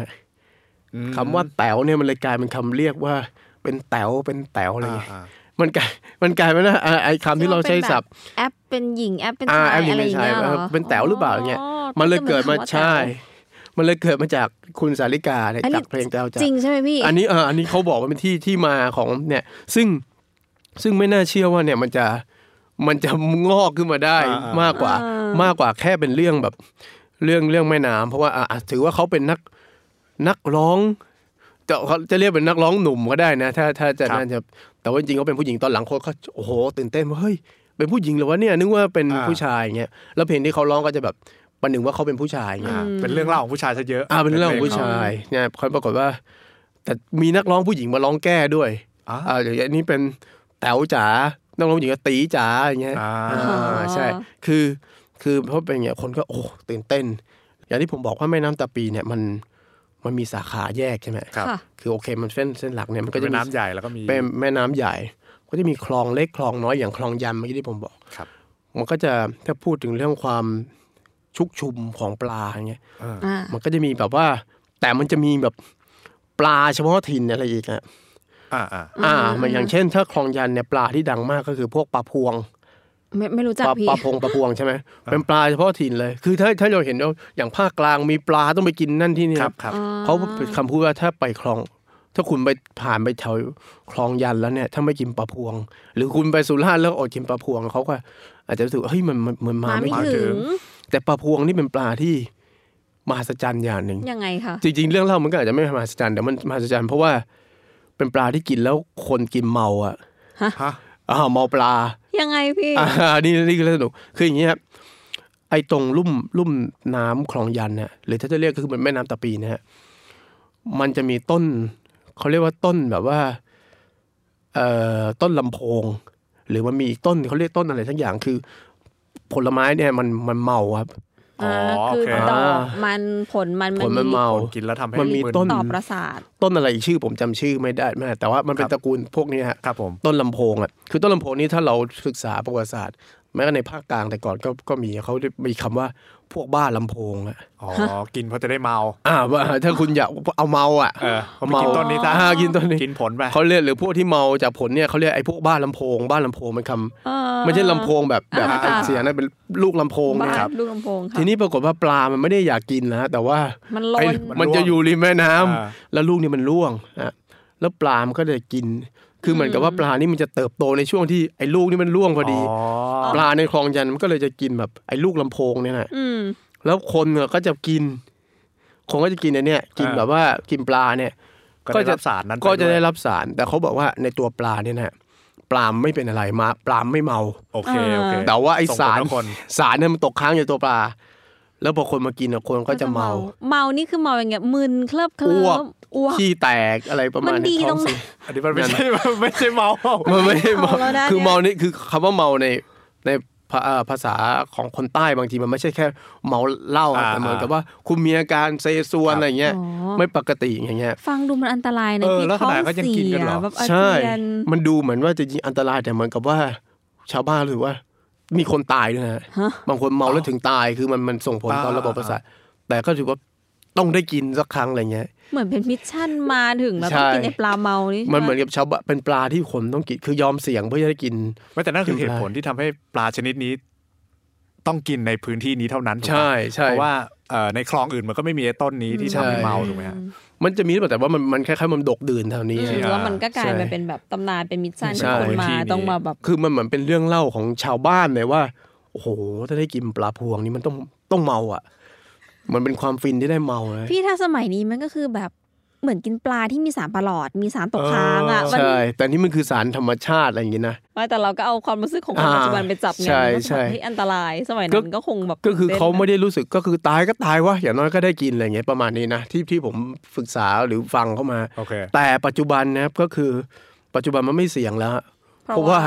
Speaker 4: คำว่าแต๋วเนี่ยมันเลยกลายเป็นคำเรียกว่า เป็นแต๋วเป็นแต๋วอะไรอย่างเงี้ย
Speaker 1: อ่า
Speaker 4: มันกลายมันกลายเป็นว่าอ่าไอ้คำที่เราใช้ศัพท์
Speaker 3: แอปเป็นหญิงแอปเป็น
Speaker 4: อ่า
Speaker 3: ชาย
Speaker 4: แอปหญิง
Speaker 3: อะไรอย่างเงี้ย
Speaker 4: เป็นชาย
Speaker 3: เหรอ
Speaker 4: เออเป็นแต๋วหรือเปล่าอย่างเงี้ย มันเลยเกิด
Speaker 3: ป็
Speaker 4: มา
Speaker 3: นคำว่
Speaker 4: ใช่ มันเลยเกิดมาจากคุณสาริกาเนี่ย
Speaker 3: แต๋วอันนี้
Speaker 4: จากเพลงแต๋วจาก
Speaker 3: จริงใช่ไหมพี่
Speaker 4: อันนี้เอออันนี้เขาบอกว่าเป็นที่ที่มาของเนี่ย ซึ่งซึ่งไม่น่าเชื่อว่าเนี่ยมันจะมันจะงอกขึ้นมาได้
Speaker 1: อ่าม
Speaker 4: มากกว่า
Speaker 3: อ่าม
Speaker 4: มากกว่าแค่เป็นเรื่องแบบเรื่องเรื่องแม่น้ำเพราะว่าอ่ะอ่ะถือว่าเขาเป็นนักนักร้องจะเขาจะเรียกเป็นนักร้องหนุ่มก็ได้นะ ถ้าถ้าจะ
Speaker 1: ครับ
Speaker 4: น่าจะแต่ว่าจริงๆเขาเป็นผู้หญิงตอนหลังคนเขาโอ้โหตื่นเต้นว่าเฮ้ยเป็นผู้หญิงเหรอวะเนี่ยนึกว่าเป็นผู้ชายอย่างเงี้ยแล้วเพลงที่เขาร้องก็จะแบบประหนึ่งว่าเขาเป็นผู้ชายอย่างเงี้ย
Speaker 1: อ่าเป็นเรื่องเล่าของผู้ชายซะเยอะ
Speaker 4: อ่าเป็นเรื่องของผู้ชายเนี่ยคอยปรากฏว่า แต่มีนักร้องผู้หญิงมาร้องแก้ด้วย
Speaker 1: อ่า
Speaker 4: อ่าอย่างอันนี้เป็นแต๋วจ๋านักร้องผู้หญิงก็ตีจ๋าอย่างเงี้ย
Speaker 1: อ่า
Speaker 4: อ่าใช่คือคือเพราะเป็นอย่างเงี้ยคนก็โอ้ตื่นเต้น อย่างที่ผมบอกว่าแม่น้ำตาปีเนี่ยมันมันมีสาขาแยกใช่ไหม
Speaker 1: ครับ
Speaker 3: ค่ะ
Speaker 4: คือโอเคมันเส้นเส้นหลักเนี่ยมัน
Speaker 1: ก็
Speaker 4: ก็
Speaker 1: จะ
Speaker 4: จะมี
Speaker 1: น้ำใหญ่แล้วก็มี
Speaker 4: เป็นแม่น้ำใหญ่ ก็จะมีคลองเล็กคลองน้อยอย่างคลองยันเมื่อกี้ที่ผมบอก
Speaker 1: ครับ
Speaker 4: มันก็จะถ้าพูดถึงเรื่องความชุกชุมของปลาอย่างเงี้ย
Speaker 1: เออ
Speaker 3: อ่ามั
Speaker 4: มันก็จะมีแบบว่า แต่มันจะมีแบบปลาเฉพาะถิ่นอะไรอีกอะ
Speaker 1: อ่าอ่า
Speaker 4: อ่า มันอย่างเช่น ถ้าคลองยันเนี่ยปลาที่ดังมากก็คือพวกปลาพวง
Speaker 3: ไม่ไม่รู้จัก
Speaker 4: ปลา
Speaker 3: พี่
Speaker 4: ปลาพงปลาพวงใช่ไหมเป็นปลาเฉพาะถิ่นเลย คือถ้าถ้าเราเห็นว่าอย่างภาคกลางมีปลาต้องไปกินนั่นที่นี่
Speaker 1: ค
Speaker 4: นะ
Speaker 1: รับครับ
Speaker 4: เขาเป็นคำพูดว่าถ้าไปคลอง ถ้าคุณไปผ่านไปแถวคลองยันแล้วเนี่ย ถ้าไม่กินปลาพวง หรือคุณไปสุราษฎร์แล้วอดกินปลาพวงเขาก็อาจจะรู้สึกว่าเฮ้ยมันมันมันมา
Speaker 3: มา
Speaker 4: ไม่
Speaker 3: ไม่
Speaker 4: ถึง
Speaker 3: ถึง
Speaker 4: แต่ปลาพวงนี่เป็นปลาที่มหัศจรรย์อย่างหนึ่ง
Speaker 3: ยังไงคะ
Speaker 4: จริงๆ เรื่องเล่ามันก็อาจจะไม่มหัศจรรย์แต่มันมหัศจรรย์เพราะว่าเป็นปลาที่กินแล้วคนกินเมาอ่ะ
Speaker 1: ฮะ
Speaker 4: อ่าเมาปลา
Speaker 3: ยังไงพี่
Speaker 4: อ่านี่นี่คือเรื่องสนุกคืออย่างนี้ครับไอ้ตรงลุ่มลุ่มน้ำคลองยันเนี่ยหรือถ้าจะเรียกก็คือเหมือนแม่น้ำตะปีนะฮะมันจะมีต้นเขาเรียกว่าต้นแบบว่าเอ่อต้นลำโพง หรือมันมีอีกต้นเขาเรียกต้นอะไรทั้งอย่างคือ ผลไม้เนี่ยมันมันเมาครับ
Speaker 1: อ๋อ
Speaker 3: อ่า
Speaker 1: โอ
Speaker 3: คือ
Speaker 1: เค
Speaker 3: ด
Speaker 4: อ่า
Speaker 3: อกมันผลมัน
Speaker 4: ผลมันเมา
Speaker 1: กินแล้วทำให้
Speaker 4: มันมีต้น
Speaker 3: ต่อประสาท
Speaker 4: ต้นอะไรอีกชื่อผมจำชื่อไม่ได้แม่แต่ว่ามันเป็นตระกูลพวกนี้ฮะ
Speaker 1: ครับผม
Speaker 4: ต้นลำโพงอ่ะคือต้นลำโพงนี้ถ้าเราศึกษาประวัติศาสตร์ แม้ก็ในภาคกลางแต่ก่อนก็ก็มีเขามีคำว่าพวกบ้าลำโพงอ่ะ
Speaker 1: อ๋อกินเพราะจะได้เมา
Speaker 4: อ่าว่าถ้าคุณอยากเอาเมาอ่ะ
Speaker 1: เออเอามากินต้นนี้ซะ
Speaker 4: อ่ากินต้นนี้
Speaker 1: กินผลไป
Speaker 4: เขาเรียกหรือพวกที่เมาจากผลเนี่ยเขาเรียกไอ้พวกบ้าลำโพง บ้าลำโพงเป็นค
Speaker 3: เออ
Speaker 4: ำไม่ใช่ลำโพงแบบแบบ
Speaker 1: อ่า
Speaker 4: ไอ้เสียงนะเป็นลูกลำโพง
Speaker 3: บ้า
Speaker 4: นะ
Speaker 3: นลูกลำโพงค่ะ
Speaker 4: ทีนี้ปรากฏว่าปลามันไม่ได้อยากกินนะฮะแต่ว่า
Speaker 3: มันล
Speaker 4: ไอ้
Speaker 3: น
Speaker 1: มั
Speaker 4: มัน
Speaker 1: น
Speaker 4: จะ
Speaker 1: ร่วง
Speaker 4: อยู่ริมแม่น้ำ
Speaker 1: อ่า
Speaker 4: แล้วลูกนี่มันร่วงอ่ะแล้วปลามันก็เลยกิน คือเหมือนกับว่าปลานี่มันจะเติบโตในช่วงที่ไอ้ลูกนี่มันร่วงพอดี
Speaker 1: อ๋อ
Speaker 4: ปลาในคลองยันมันก็เลยจะกินแบบไอ้ลูกลำโพงเนี่ยนะ
Speaker 3: อืม
Speaker 4: แล้วคนเนี่ยก็จะกิน คนก็จะกินไอ้เนี่ย กินแบบว่ากินปลาเนี่ย
Speaker 1: ก็จะรับสารนั้นป
Speaker 4: ก็จะได้
Speaker 1: วย
Speaker 4: รับสาร แต่เขาบอกว่าในตัวปลาเนี่ยนะปลาไม่เป็นอะไรมาปลาไม่เมา
Speaker 1: โอเคโอเค
Speaker 4: แต่ว่าไอสาร
Speaker 1: งผลต่อคน
Speaker 4: สารเนี่ยมันตกค้างอยู่ในตัวปลา แล้วพอคนมากินอะคนก็จะเมา
Speaker 3: เมานี่คือเมาอย่างเงี้ยมึนเคลิบเคลิ้
Speaker 4: อ้วก
Speaker 3: มอ้วก
Speaker 4: ขี้แตกอะไรประมาณ
Speaker 3: มันดี
Speaker 4: เย
Speaker 3: ตรงไหน
Speaker 4: เสีย
Speaker 1: อันนี้มันไม่
Speaker 4: นั่น
Speaker 1: ใช่ไม่ใช่เมา
Speaker 4: มันไม่ได้เมา
Speaker 3: เมาแล้วนะ
Speaker 4: คือ
Speaker 3: เนี่ย
Speaker 4: เมานี่คือคำว่าเมาในในภาอ่าภาษาของคนใต้บางทีมันไม่ใช่แค่เมาเหล้าอะ
Speaker 1: อ่า
Speaker 4: แต่เหมือนกับว่าคุณมีอาการเซซว
Speaker 1: ค
Speaker 4: น
Speaker 1: รับ
Speaker 4: อะไรเงี้ย
Speaker 3: อ๋อ
Speaker 4: ไม่ปกติอย่างเงี้ย
Speaker 3: ฟังดูมันอันตรายนะ
Speaker 1: เออ
Speaker 3: พี่
Speaker 1: แล้วข
Speaker 3: ท้อง
Speaker 1: นาดก็ยัง
Speaker 3: เสี
Speaker 1: กินกั
Speaker 3: ย
Speaker 1: นเหรอ
Speaker 3: แบบอา
Speaker 4: ใช่
Speaker 3: เจียน
Speaker 4: มันดูเหมือนว่าจะยิงอันตรายแต่เหมือนกับว่า ชาวบ้านหรือว่า มีคนตายด้วยนะฮะบางคนเมาแล้วถึงตายคือมันมันส่งผลต่อระบบประสาทแต่ก็ถือว่าต้องได้กินสักครั้งอะไรเงี้ย
Speaker 3: เหมือนเป็นมิชชั่นมาถึงแล้ว
Speaker 4: ใช่
Speaker 3: ต้องกินไอปลาเมานี่
Speaker 4: มันเหมือน
Speaker 3: ใช่ไ
Speaker 4: กับชาวบ้านเป็นปลาที่คนต้องกินคือยอมเสี่ยงเพื่อจะได้กิน
Speaker 1: ไม่แต่นั่นคือเหตุผลที่ทำให้ปลาชนิดนี้ ต้องกินในพื้นที่นี้เท่านั้นถูกปะ
Speaker 4: ใช่ใช่
Speaker 1: เพราะว่าเอ่อในคลองอื่นมันก็ไม่มีไอ้ต้นนี้ที่ทำให้
Speaker 4: ใช่
Speaker 1: เมาถูกไหมฮะ
Speaker 4: มันจะมีหรือเปล่าแต่ว่ามันมันคล้ายๆมันดกดื่นเท่านี้
Speaker 3: อืม
Speaker 1: ใช่
Speaker 3: แล้วมันก็กลายมา
Speaker 4: ใช่
Speaker 3: เป็นแบบตำนานเป็นมิชชั่น
Speaker 4: ใช่
Speaker 3: ที่คนมาต้องมาแบบ
Speaker 4: คือมันเหมือนเป็นเรื่องเล่าของชาวบ้านเลยว่าโอ้โหถ้าได้กินปลาพวงนี่มันต้องต้องเมาอ่ะ มันเป็นความฟินที่ได้เมานะ
Speaker 3: พี่ถ้าสมัยนี้มันก็คือแบบเหมือนกินปลาที่มีสารประหลอดมีสารตกค้างอ่ะมัน
Speaker 4: ใช่ แต่นี่มันคือสารธรรมชาติอะไรอย่างนี้นะ
Speaker 3: ไม่แต่เราก็เอาความรู้สึกของคน
Speaker 4: อ่า
Speaker 3: ปัจจุบันไปจับไง
Speaker 4: ใช่
Speaker 3: มันก็แบ
Speaker 4: ใช่
Speaker 3: บเฮ้ยอันตรายสมัยนั้นก็คงแบบ
Speaker 4: ก็คือเขาไม่
Speaker 3: ต้น
Speaker 4: ได้รู้สึกก็คือตายก็ตายวะอย่างน้อยก็ได้กินอะไรอย่างเงี้ยประมาณนี้นะที่ที่ผมศึกษาหรือฟังเข้ามา
Speaker 1: โอเค
Speaker 4: แต่ปัจจุบันนะครับก็คือปัจจุบันมันไม่เสี่ยงแล้วฮะ
Speaker 3: เพ
Speaker 4: เพราะว่า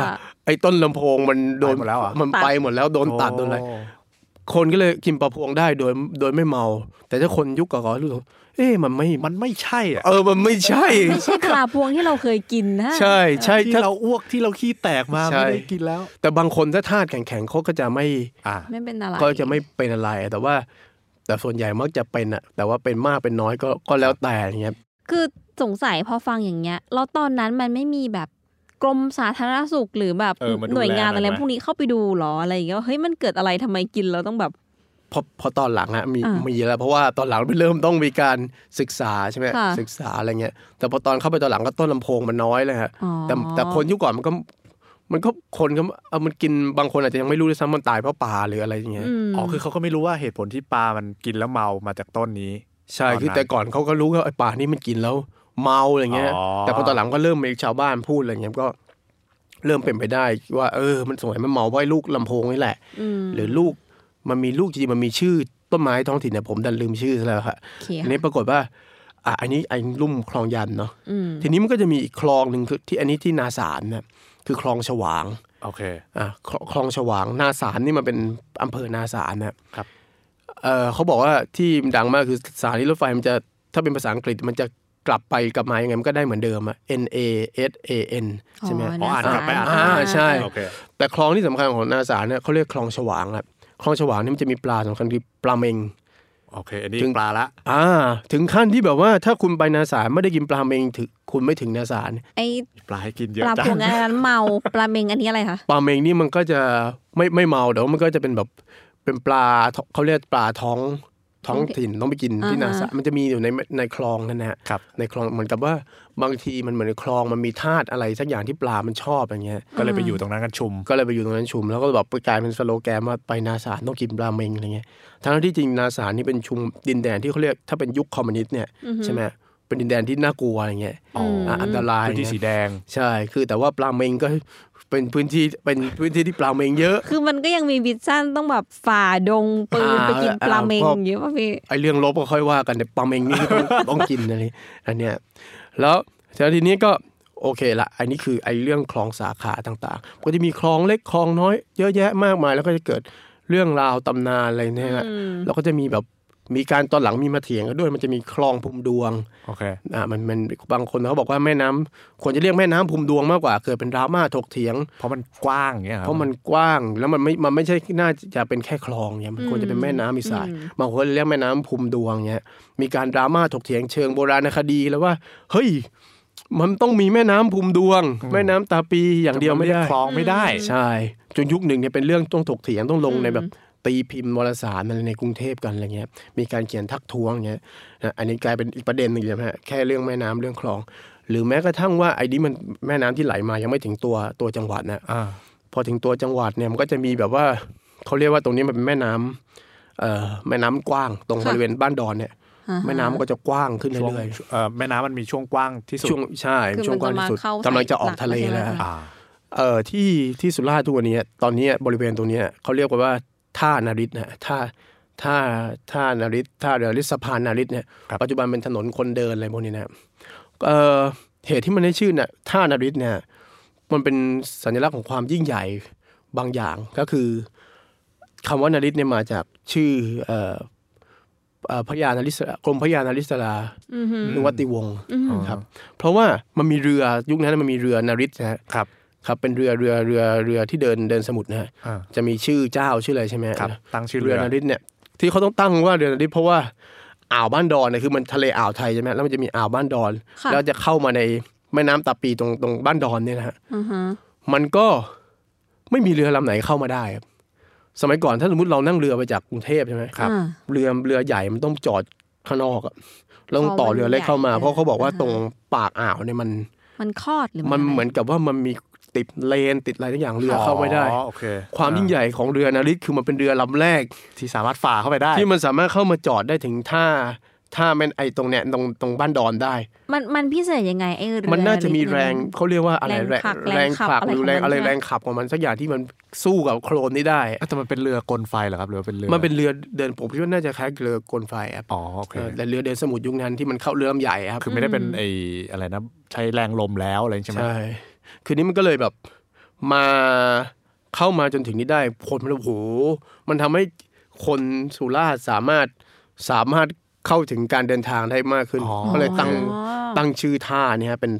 Speaker 4: ไอ้ต้นลำโพงมันโดน
Speaker 1: ไปหมดแล้วเหรอ
Speaker 4: มันไปหมดแล้วโดนตัดโดนอะไร คนก็เลยกินปลาพวงได้โดยโดยไม่เมา แต่ถ้าคนยุคก่อนๆรู้สึกว่าเอ๊ะมันไม่
Speaker 1: มันไม่ใช่อ่ะ
Speaker 4: เออมันไม่ใช่
Speaker 3: ไม่ใช่ปลาพวงที่เราเคยกินนะ
Speaker 4: ใช่ใช่
Speaker 1: ที่
Speaker 4: ถ้า
Speaker 1: เราอ้วกที่เราขี้แตกมา
Speaker 4: ใช่
Speaker 1: ไม่ได้กินแล้ว
Speaker 4: แต่บางคนถ้าธาตุแข็งๆเขาก็จะไม่
Speaker 1: อ่ะ
Speaker 3: ไม่เป็นอะไร
Speaker 4: ก็จะไม่เป็นอะไร แต่ว่า แต่ส่วนใหญ่มักจะเป็นอะแต่ว่าเป็นมากเป็นน้อยก็ก็แล้วแต่อย่างเงี้ย
Speaker 3: คือสงสัยพอฟังอย่างเงี้ยแล้วตอนนั้นมันไม่มีแบบกรมสาธารณสุขหรือแบบ
Speaker 4: เออมาดูแล
Speaker 3: หน่วยงาน
Speaker 1: หน่อย
Speaker 3: อะไร
Speaker 1: ไหม
Speaker 3: พวกนี้เข้าไปดูหรออะไรอย่างเงี้ยว่าเฮ้ยมันเกิดอะไรทำไมกินเราต้องแบบ
Speaker 4: พอพอตอนหลังอะมี
Speaker 3: อ่ามี
Speaker 4: มีแล้วเพราะว่าตอนหลังเริ่มต้องมีการศึกษาใช่ไหม
Speaker 3: ค่ะ
Speaker 4: ศึกษาอะไรเงี้ยแต่พอตอนเข้าไปตอนหลังก็ต้นลำโพงมันน้อยเลยฮะ
Speaker 3: อ๋อ
Speaker 4: แต่แต่คนยุคก่อนมันก็มันก็คนก็เอามันกินบางคนอาจจะยังไม่รู้ด้วยซ้ำมันตายเพราะปลาหรืออะไรอย่างเงี้ย
Speaker 3: อืม
Speaker 1: อ๋อคือเขาก็ไม่รู้ว่าเหตุผลที่ปลามันกินแล้วเมามาจากต้นนี้
Speaker 4: ใช่
Speaker 1: ตอนนั้น
Speaker 4: คือแต่ก่อนเขาก็รู้ว่าไอ้ปลานี่มันกินแล้วเมาอะไรเงี้ย
Speaker 1: อ๋อ
Speaker 4: แต่พอตอนหลังก็เริ่มมีชาวบ้านพูดอะไรเงี้ยก็เริ่มเป็นไปได้ว่าเออ มันสวยมันเมาเพราะไอ้ลูกลำโพงนี่แหละ
Speaker 3: ม
Speaker 4: หรือลูกมันมีลูกจริงๆมันมีชื่อต้นไม้ท้องถิ่นเนี่ยผมดันลืมชื่อซะแล้วค่ะ
Speaker 3: โอเค
Speaker 4: อันนี้ปรากฏว่า อ่ะอันนี้ไอ้ลุ่มคลองยันเนาะ
Speaker 3: อืม
Speaker 4: ทีนี้มันก็จะมีอีกคลองหนึ่งคือที่อันนี้ที่นาสารเนี่ยคือคลองฉวาง
Speaker 1: โอเค
Speaker 4: อ่ะคลคลองฉวาง นาสารนี่มันเป็นอำเภอนาสารนะครับ เออเขาบอกว่าที่ดังมากคือสถานีรถไฟมันจะถ้าเป็นภาษาอังกฤษมันจะกลับไปกลับมายังไงมันก็ได้เหมือนเดิมอะ N A S A N ใช่ไหม
Speaker 1: อ๋ออ่านกลับไปอ่าน
Speaker 4: อ่าใช่
Speaker 1: โอเค
Speaker 4: แต่คลองที่สำคัญของนาสารเนี่ยเขาเรียกคลองฉวางครับคลองฉวางนี่มันจะมีปลาสำคัญคือปลาเมง
Speaker 1: โอเค อันนี้
Speaker 4: ถึง
Speaker 1: ปลาละ
Speaker 4: อ่าถึงขั้นที่แบบว่าถ้าคุณไปนาสารไม่ได้กินปลาเมงถึงคุณไม่ถึงนาสาร
Speaker 3: ไอ
Speaker 1: ปลาให้กินเยอะ
Speaker 3: ปลา
Speaker 1: จั
Speaker 3: พว
Speaker 1: ง
Speaker 3: งอันนั้นเมาปลาเมงอันนี้อะไรคะ
Speaker 4: ปลาเมงนี่มันก็จะไม่ไม่เมาแต่ว่ามันก็จะเป็นแบบเป็นปลาท้องเขาเรียกปลาท้องท้องถิ่นต้องไปกินที่นาสารมันจะมีอยู่ในในคลองนั่นนะฮะ
Speaker 1: ครับ
Speaker 4: ในคลองเหมือนกับว่าบางทีมันเหมือนในคลองมันมีธาตุอะไรสักอย่างที่ปลามันชอบอย่างเงี้ย
Speaker 1: ก็เลยไปอยู่ตรงนั้นกันชุม
Speaker 4: ก็เลยไปอยู่ตรงนั้นชุม แล้วก็แบบกลายเป็นสโลแกนว่าไปนาสารต้องกินปลาเมงอะไรเงี้ยทั้งที่จริงนาสารนี่เป็นชุมดินแดนที่เขาเรียกถ้าเป็นยุคคอมมิวนิสต์เนี่ยใช่ไหมเป็นดินแดนที่น่ากลัวอะไรเงี้ย
Speaker 1: อ๋อ
Speaker 4: อ่ะอันตราย
Speaker 1: พื้นที่สีแดง
Speaker 4: ใช่ คือแต่ว่าปลาเมงก็เป็นพื้นที่เป็นพื้นที่ที่ปลาเมงเยอะ
Speaker 3: คือมันก็ยังมีวิชั่นต้องแบบฝ่าดงปืน
Speaker 4: อ่า
Speaker 3: ไปกินปลาเมง
Speaker 4: อ่า
Speaker 3: อย่างเงี้ยป่ะพี่
Speaker 4: ไอเรื่องลบก็ค่อยว่ากันแต่ปลาเมงนี่ต้อง ต้องกินอะไรอันเนี้ยแล้วแล้วทีนี้ก็โอเคละอันนี้คือไอเรื่องคลองสาขาต่างๆ ก็จะมีคลองเล็กคลองน้อย เยอะแยะมากมาย แล้วก็จะเกิดเรื่องราวตำนานอะไรเนี่ยฮะ
Speaker 3: อืม
Speaker 4: แล้วก็จะมีแบบมีการตอนหลังมีมาเถียงกันด้วยมันจะมีคลองภูมิดวง
Speaker 1: โอเค
Speaker 4: อ่ามันมันบางคนเขาบอกว่าแม่น้ำควรจะเรียกแม่น้ำภูมิดวงมากกว่าเกิดเป็นดราม่าถกเถียง
Speaker 1: เพราะมันกว้างอย่างเงี้ยคบ
Speaker 4: เพราะมันกว้างแล้วมันไม่ มันไม่ใช่น่าจะเป็นแค่คลองเนี่ยมันควรจะเป็นแม่น้ำมีสายบางคนเรียกแม่น้ำภูมิดวงเนี่ยมีการดราม่าถกเถียงเชิงโบราณคดีแล้วว่า เฮ้ย มันต้องมีแม่น้ำภูมิดวง แม่น้ำตาปีอย่างเดียวไม่ได้
Speaker 1: คลองไม่ได้
Speaker 4: ใช่จนยุคหนึ่งเนี่ยเป็นเรื่องต้องถกเถียงต้องลงในแบบตีพิมพ์วารสารอะไรในกรุงเทพกันอะไรเงี้ยมีการเขียนทักท้วงเงี้ยนะอันนี้กลายเป็นอีกประเด็นหนึ่งเลยนะฮะแค่เรื่องแม่น้ำเรื่องคลอง หรือแม้กระทั่งว่าไอ้นี่มันแม่น้ำที่ไหลมายังไม่ถึงตัวตัวจังหวัดนะ
Speaker 1: อ่า
Speaker 4: พอถึงตัวจังหวัดเนี่ยมันก็จะมีแบบว่าเขาเรียกว่าตรงนี้มันเป็นแม่น้ำเอ่อแม่น้ำกว้าง ตรง
Speaker 3: ค่ะ
Speaker 4: บริเวณบ้านดอนเนี่ย
Speaker 3: อ่าฮะ
Speaker 4: แม่น้ำก็จะกว้างขึ้น
Speaker 1: ช่วง
Speaker 4: เรื่อย
Speaker 1: เอ่อแม่น้ำมันมีช่วงกว้างที่สุ
Speaker 4: ๆ
Speaker 1: ด
Speaker 4: ช่วงใช่
Speaker 3: คือ
Speaker 4: ช่วงกว้าง
Speaker 3: มันจะ
Speaker 4: ที่สุ
Speaker 3: มา
Speaker 4: ด
Speaker 3: เข้าสาย
Speaker 4: กำลังจะออ
Speaker 3: หลั
Speaker 4: ก
Speaker 3: ก
Speaker 4: ทะเล
Speaker 3: ใช่ไหม
Speaker 4: แล้วฮะ
Speaker 3: คะ
Speaker 1: อ่า
Speaker 4: เอ่อที่ที่สุราษฎร์ทุกวันนี้ตอนนี้บริเวณตรงเนี้ยเขาเรียกว่าท่านาริตนะท่าท่าท่านาริตท่าเรือริสะพานนาริตเนี่ย
Speaker 1: ครับ
Speaker 4: ปัจจุบันเป็นถนนคนเดินอะไรพวกนี้นะเอ่อเหตุที่มันได้ชื่อน่ะท่านาริตเนี่ยมันเป็นสัญลักษณ์ของความยิ่งใหญ่บางอย่างก็คือคำว่านาริตเนี่ยมาจากชื่อเอ่อเอ่อพระยานาริศกรมพระยานาริศรา
Speaker 3: อือหือ
Speaker 4: นุวัติวงศ์
Speaker 3: อืม
Speaker 4: ครับ เพราะว่ามันมีเรือยุคนั้นมันมีเรือนาริตนะฮะ
Speaker 1: ครับ
Speaker 4: ครับเป็นเรือเรือเรือเรือที่เดินเดินสมุทรนะฮะ
Speaker 1: อ่า
Speaker 4: จะมีชื่อเจ้าชื่ออะไรใช่ไหม
Speaker 1: ครับ
Speaker 4: นะ
Speaker 1: ตั้งชื่อ
Speaker 4: เรื
Speaker 1: เรือ อ
Speaker 4: นาริตเนี่ยที่เขาต้องตั้งว่าเรือนาริตเพราะว่าอ่าวบ้านดอนเนี่ยคือมันทะเลอ่าวไทยใช่ไหมแล้วมันจะมีอ่าวบ้านดอน
Speaker 3: ค่ะ
Speaker 4: แล้วจะเข้ามาในแม่น้ำตาปีตรงตรงบ้านดอนเนี่ยนะฮะ
Speaker 3: อือฮะ
Speaker 4: มันก็ไม่มีเรือลำไหนเข้ามาได้ครับสมัยก่อนถ้าสมมติเรานั่งเรือไปจากกรุงเทพใช่ไหม
Speaker 1: ครับ
Speaker 3: อ่า
Speaker 4: เรือเรือใหญ่มันต้องจอดข้างนอกอะแล้วต้องต่อเรือเล็กเข้ามา
Speaker 3: อ๋อมันใหญ่
Speaker 4: เพราะเขาบอกว่าตรงปากอ่าวเนี่ยมัน
Speaker 3: มันคลอดหรือ
Speaker 4: มัน
Speaker 3: อะไร
Speaker 4: เหมือนกับว่ามันมีติดเลนติดอะไรทุกอย่างเรือเข้าไม่ได้
Speaker 1: อ๋อโอเค
Speaker 4: ความยิ่งใหญ่ของเรือนาริตคือมันเป็นเรือลำแรก
Speaker 1: ที่สามารถฝ่าเข้าไปได้
Speaker 4: ที่มันสามารถเข้ามาจอดได้ถึงท่าท่าแม่นไอตรงเนี้ยตรงตรงบ้านดอนได้
Speaker 3: มันมันพิเศษยังไงไอเรือ
Speaker 4: มันน่าจะมี
Speaker 3: เล็กๆ
Speaker 4: แรงเขาเรียกว่าอะไร
Speaker 3: แรงผลัก
Speaker 4: แรงผลั
Speaker 3: แรงขั
Speaker 4: ก
Speaker 3: บ
Speaker 4: หรือแรง
Speaker 3: อะ
Speaker 4: อะไรไร
Speaker 3: ของมัน
Speaker 4: แรงขับของมันสักอย่างที่มันสู้กับโคลนนี่ได้
Speaker 1: อ่ะแต่มันเป็นเรือกลไฟเหรอครับหรือว่าเป็นเรือ
Speaker 4: มันเป็นเรือเดินผมคิดว่าน่าจะคล้ายเรือกลไฟอ่ะ
Speaker 1: อ๋อโอเค
Speaker 4: เออแต่เรือเดินสมุทรยุคนั้นที่มันเข้าเรือลำใหญ่อะครับ
Speaker 1: คือไม่ได้เป็นไอ้อะไรนะใช้แรงลมแล้วอะไรใช่ไหม
Speaker 4: ใช่ คืนนี้มันก็เลยแบบมาเข้ามาจนถึงนี้ได้คนมันเลยโอ้โห มันทำให้ คนสุราษฎร์สามารถสามารถเข้าถึงการเดินทางได้มากขึ้น
Speaker 1: อ๋อ
Speaker 4: ก็เลยตั้ง
Speaker 3: อ๋อ
Speaker 4: ตั้งชื่อท่าเนี่ยฮะเป็น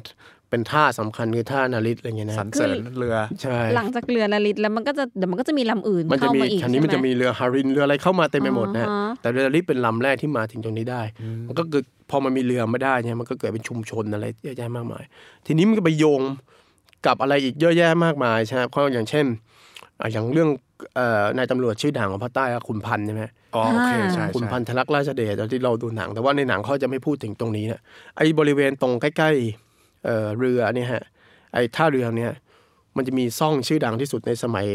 Speaker 4: เป็นท่าสำคัญคือท่านาริตอะไรเงี้ยนะ
Speaker 1: สันเสริญเรือ
Speaker 4: ใช่
Speaker 3: หลังจากเรือนาริตแล้วมันก็จะเดี๋ยวมันก็จะมีลำอื่น
Speaker 4: มันจะ
Speaker 3: เข้า
Speaker 4: มี
Speaker 3: มาอีก
Speaker 4: คันนี้มัน
Speaker 3: ใช่
Speaker 4: จะ
Speaker 3: ไห
Speaker 4: มีเรือฮารินเรืออะไรเข้ามาเต็มไปหมดนะฮะ
Speaker 3: อ่าฮะ
Speaker 4: แต่เรือรีบเป็นลำแรกที่มาถึงตรงนี้ได้ มันก็เกิดพอมันมีเรือมาได้เนี่ยมันก็เกิดเป็นชุมชนอะไรเยอะแยะมากมาย ทีนี้มันก็ไปโยงกับอะไรอีกเยอะแยะมากมายใช่ไหมเพราะอย่างเช่นอ่ะอย่างเรื่องเอ่อนายตำรวจชื่อดังของภาคใต้ก็คุณพันธุ์ใช่ไหม
Speaker 1: อ๋อโอเคใช่
Speaker 4: คุณ
Speaker 1: ใช่
Speaker 4: พันธลักษณ์ราชเดชที่เราดูหนัง แต่ว่าในหนังเขาจะไม่พูดถึงตรงนี้นะไอ้บริเวณตรงใกล้ๆเอ่อเรือเนี่ยฮะไอ้ท่าเรือเนี่ยมันจะมีซ่องชื่อดังที่สุดในสมัย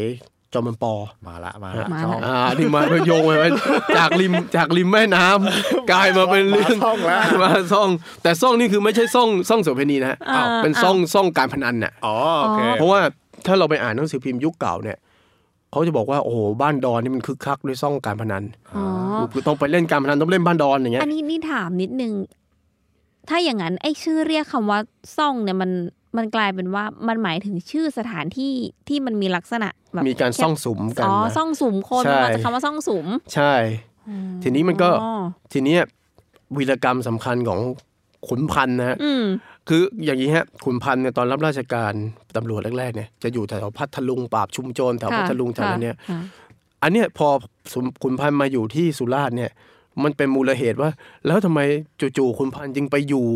Speaker 4: จอมพลปอ
Speaker 1: มาละมา
Speaker 3: มา
Speaker 1: ละ
Speaker 3: ละ
Speaker 1: ช่อง
Speaker 4: อ่านี่มาโยงไปจากริมจากริมแม่น้ำกลายมาเป็นเรื่อง
Speaker 1: ช่องละ
Speaker 4: มาซ่อง แต่ซ่องนี่คือไม่ใช่ซ่องซ่องโสเภณีนะฮะ
Speaker 3: อ่า
Speaker 4: เป็นซ่องซ่องการพนันน่ะ
Speaker 1: อ๋อโอเค
Speaker 4: เพราะว่าถ้าเราไปอ่านหนังสือพิมพ์ยุคเก่าเนี่ยเขาจะบอกว่าโอ้โหบ้านดอนนี่มันคึกคักด้วยซ่องการพนัน
Speaker 3: อ๋อ
Speaker 4: คือต้องไปเล่นการพนันต้องเล่นบ้านดอนอย่าง
Speaker 3: อ
Speaker 4: เงี้ย
Speaker 3: อันนี้นี่ถามนิดนึง ถ้าอย่างนั้นไอ้ชื่อเรียกคำว่าซ่องเนี่ยมันมันกลายเป็นว่ามันหมายถึงชื่อสถานที่ที่มันมีลักษณะแบบ
Speaker 4: มีการซ่องสุมกัน
Speaker 3: อ๋อ
Speaker 4: นะ
Speaker 3: ซ่องสุมคน
Speaker 4: ใช่
Speaker 3: มาจากคำว่าซ่องสุม
Speaker 4: ใช่ ทีนี้มันก็
Speaker 3: อ๋อ
Speaker 4: ทีเนี้ยวีรกรรมสำคัญของขุนพันธุ์นะฮะ
Speaker 3: อืม
Speaker 4: คืออย่างนี้ฮะขุนพันธ์เนี่ยตอนรับราชการตำรวจแรกๆเนี่ยจะอยู่แถวพัทลุงปราบชุมโจรแถว
Speaker 3: ค่ะ
Speaker 4: พัทลุงแถวนั้นเนี่ย
Speaker 3: ค่ะ
Speaker 4: อันเนี้ยพอสมขุนพันธ์มาอยู่ที่สุราษฎร์เนี่ยมันเป็นมูลเหตุว่า แล้วทำไมจู่ๆขุนพันธ์จึงไปอยู่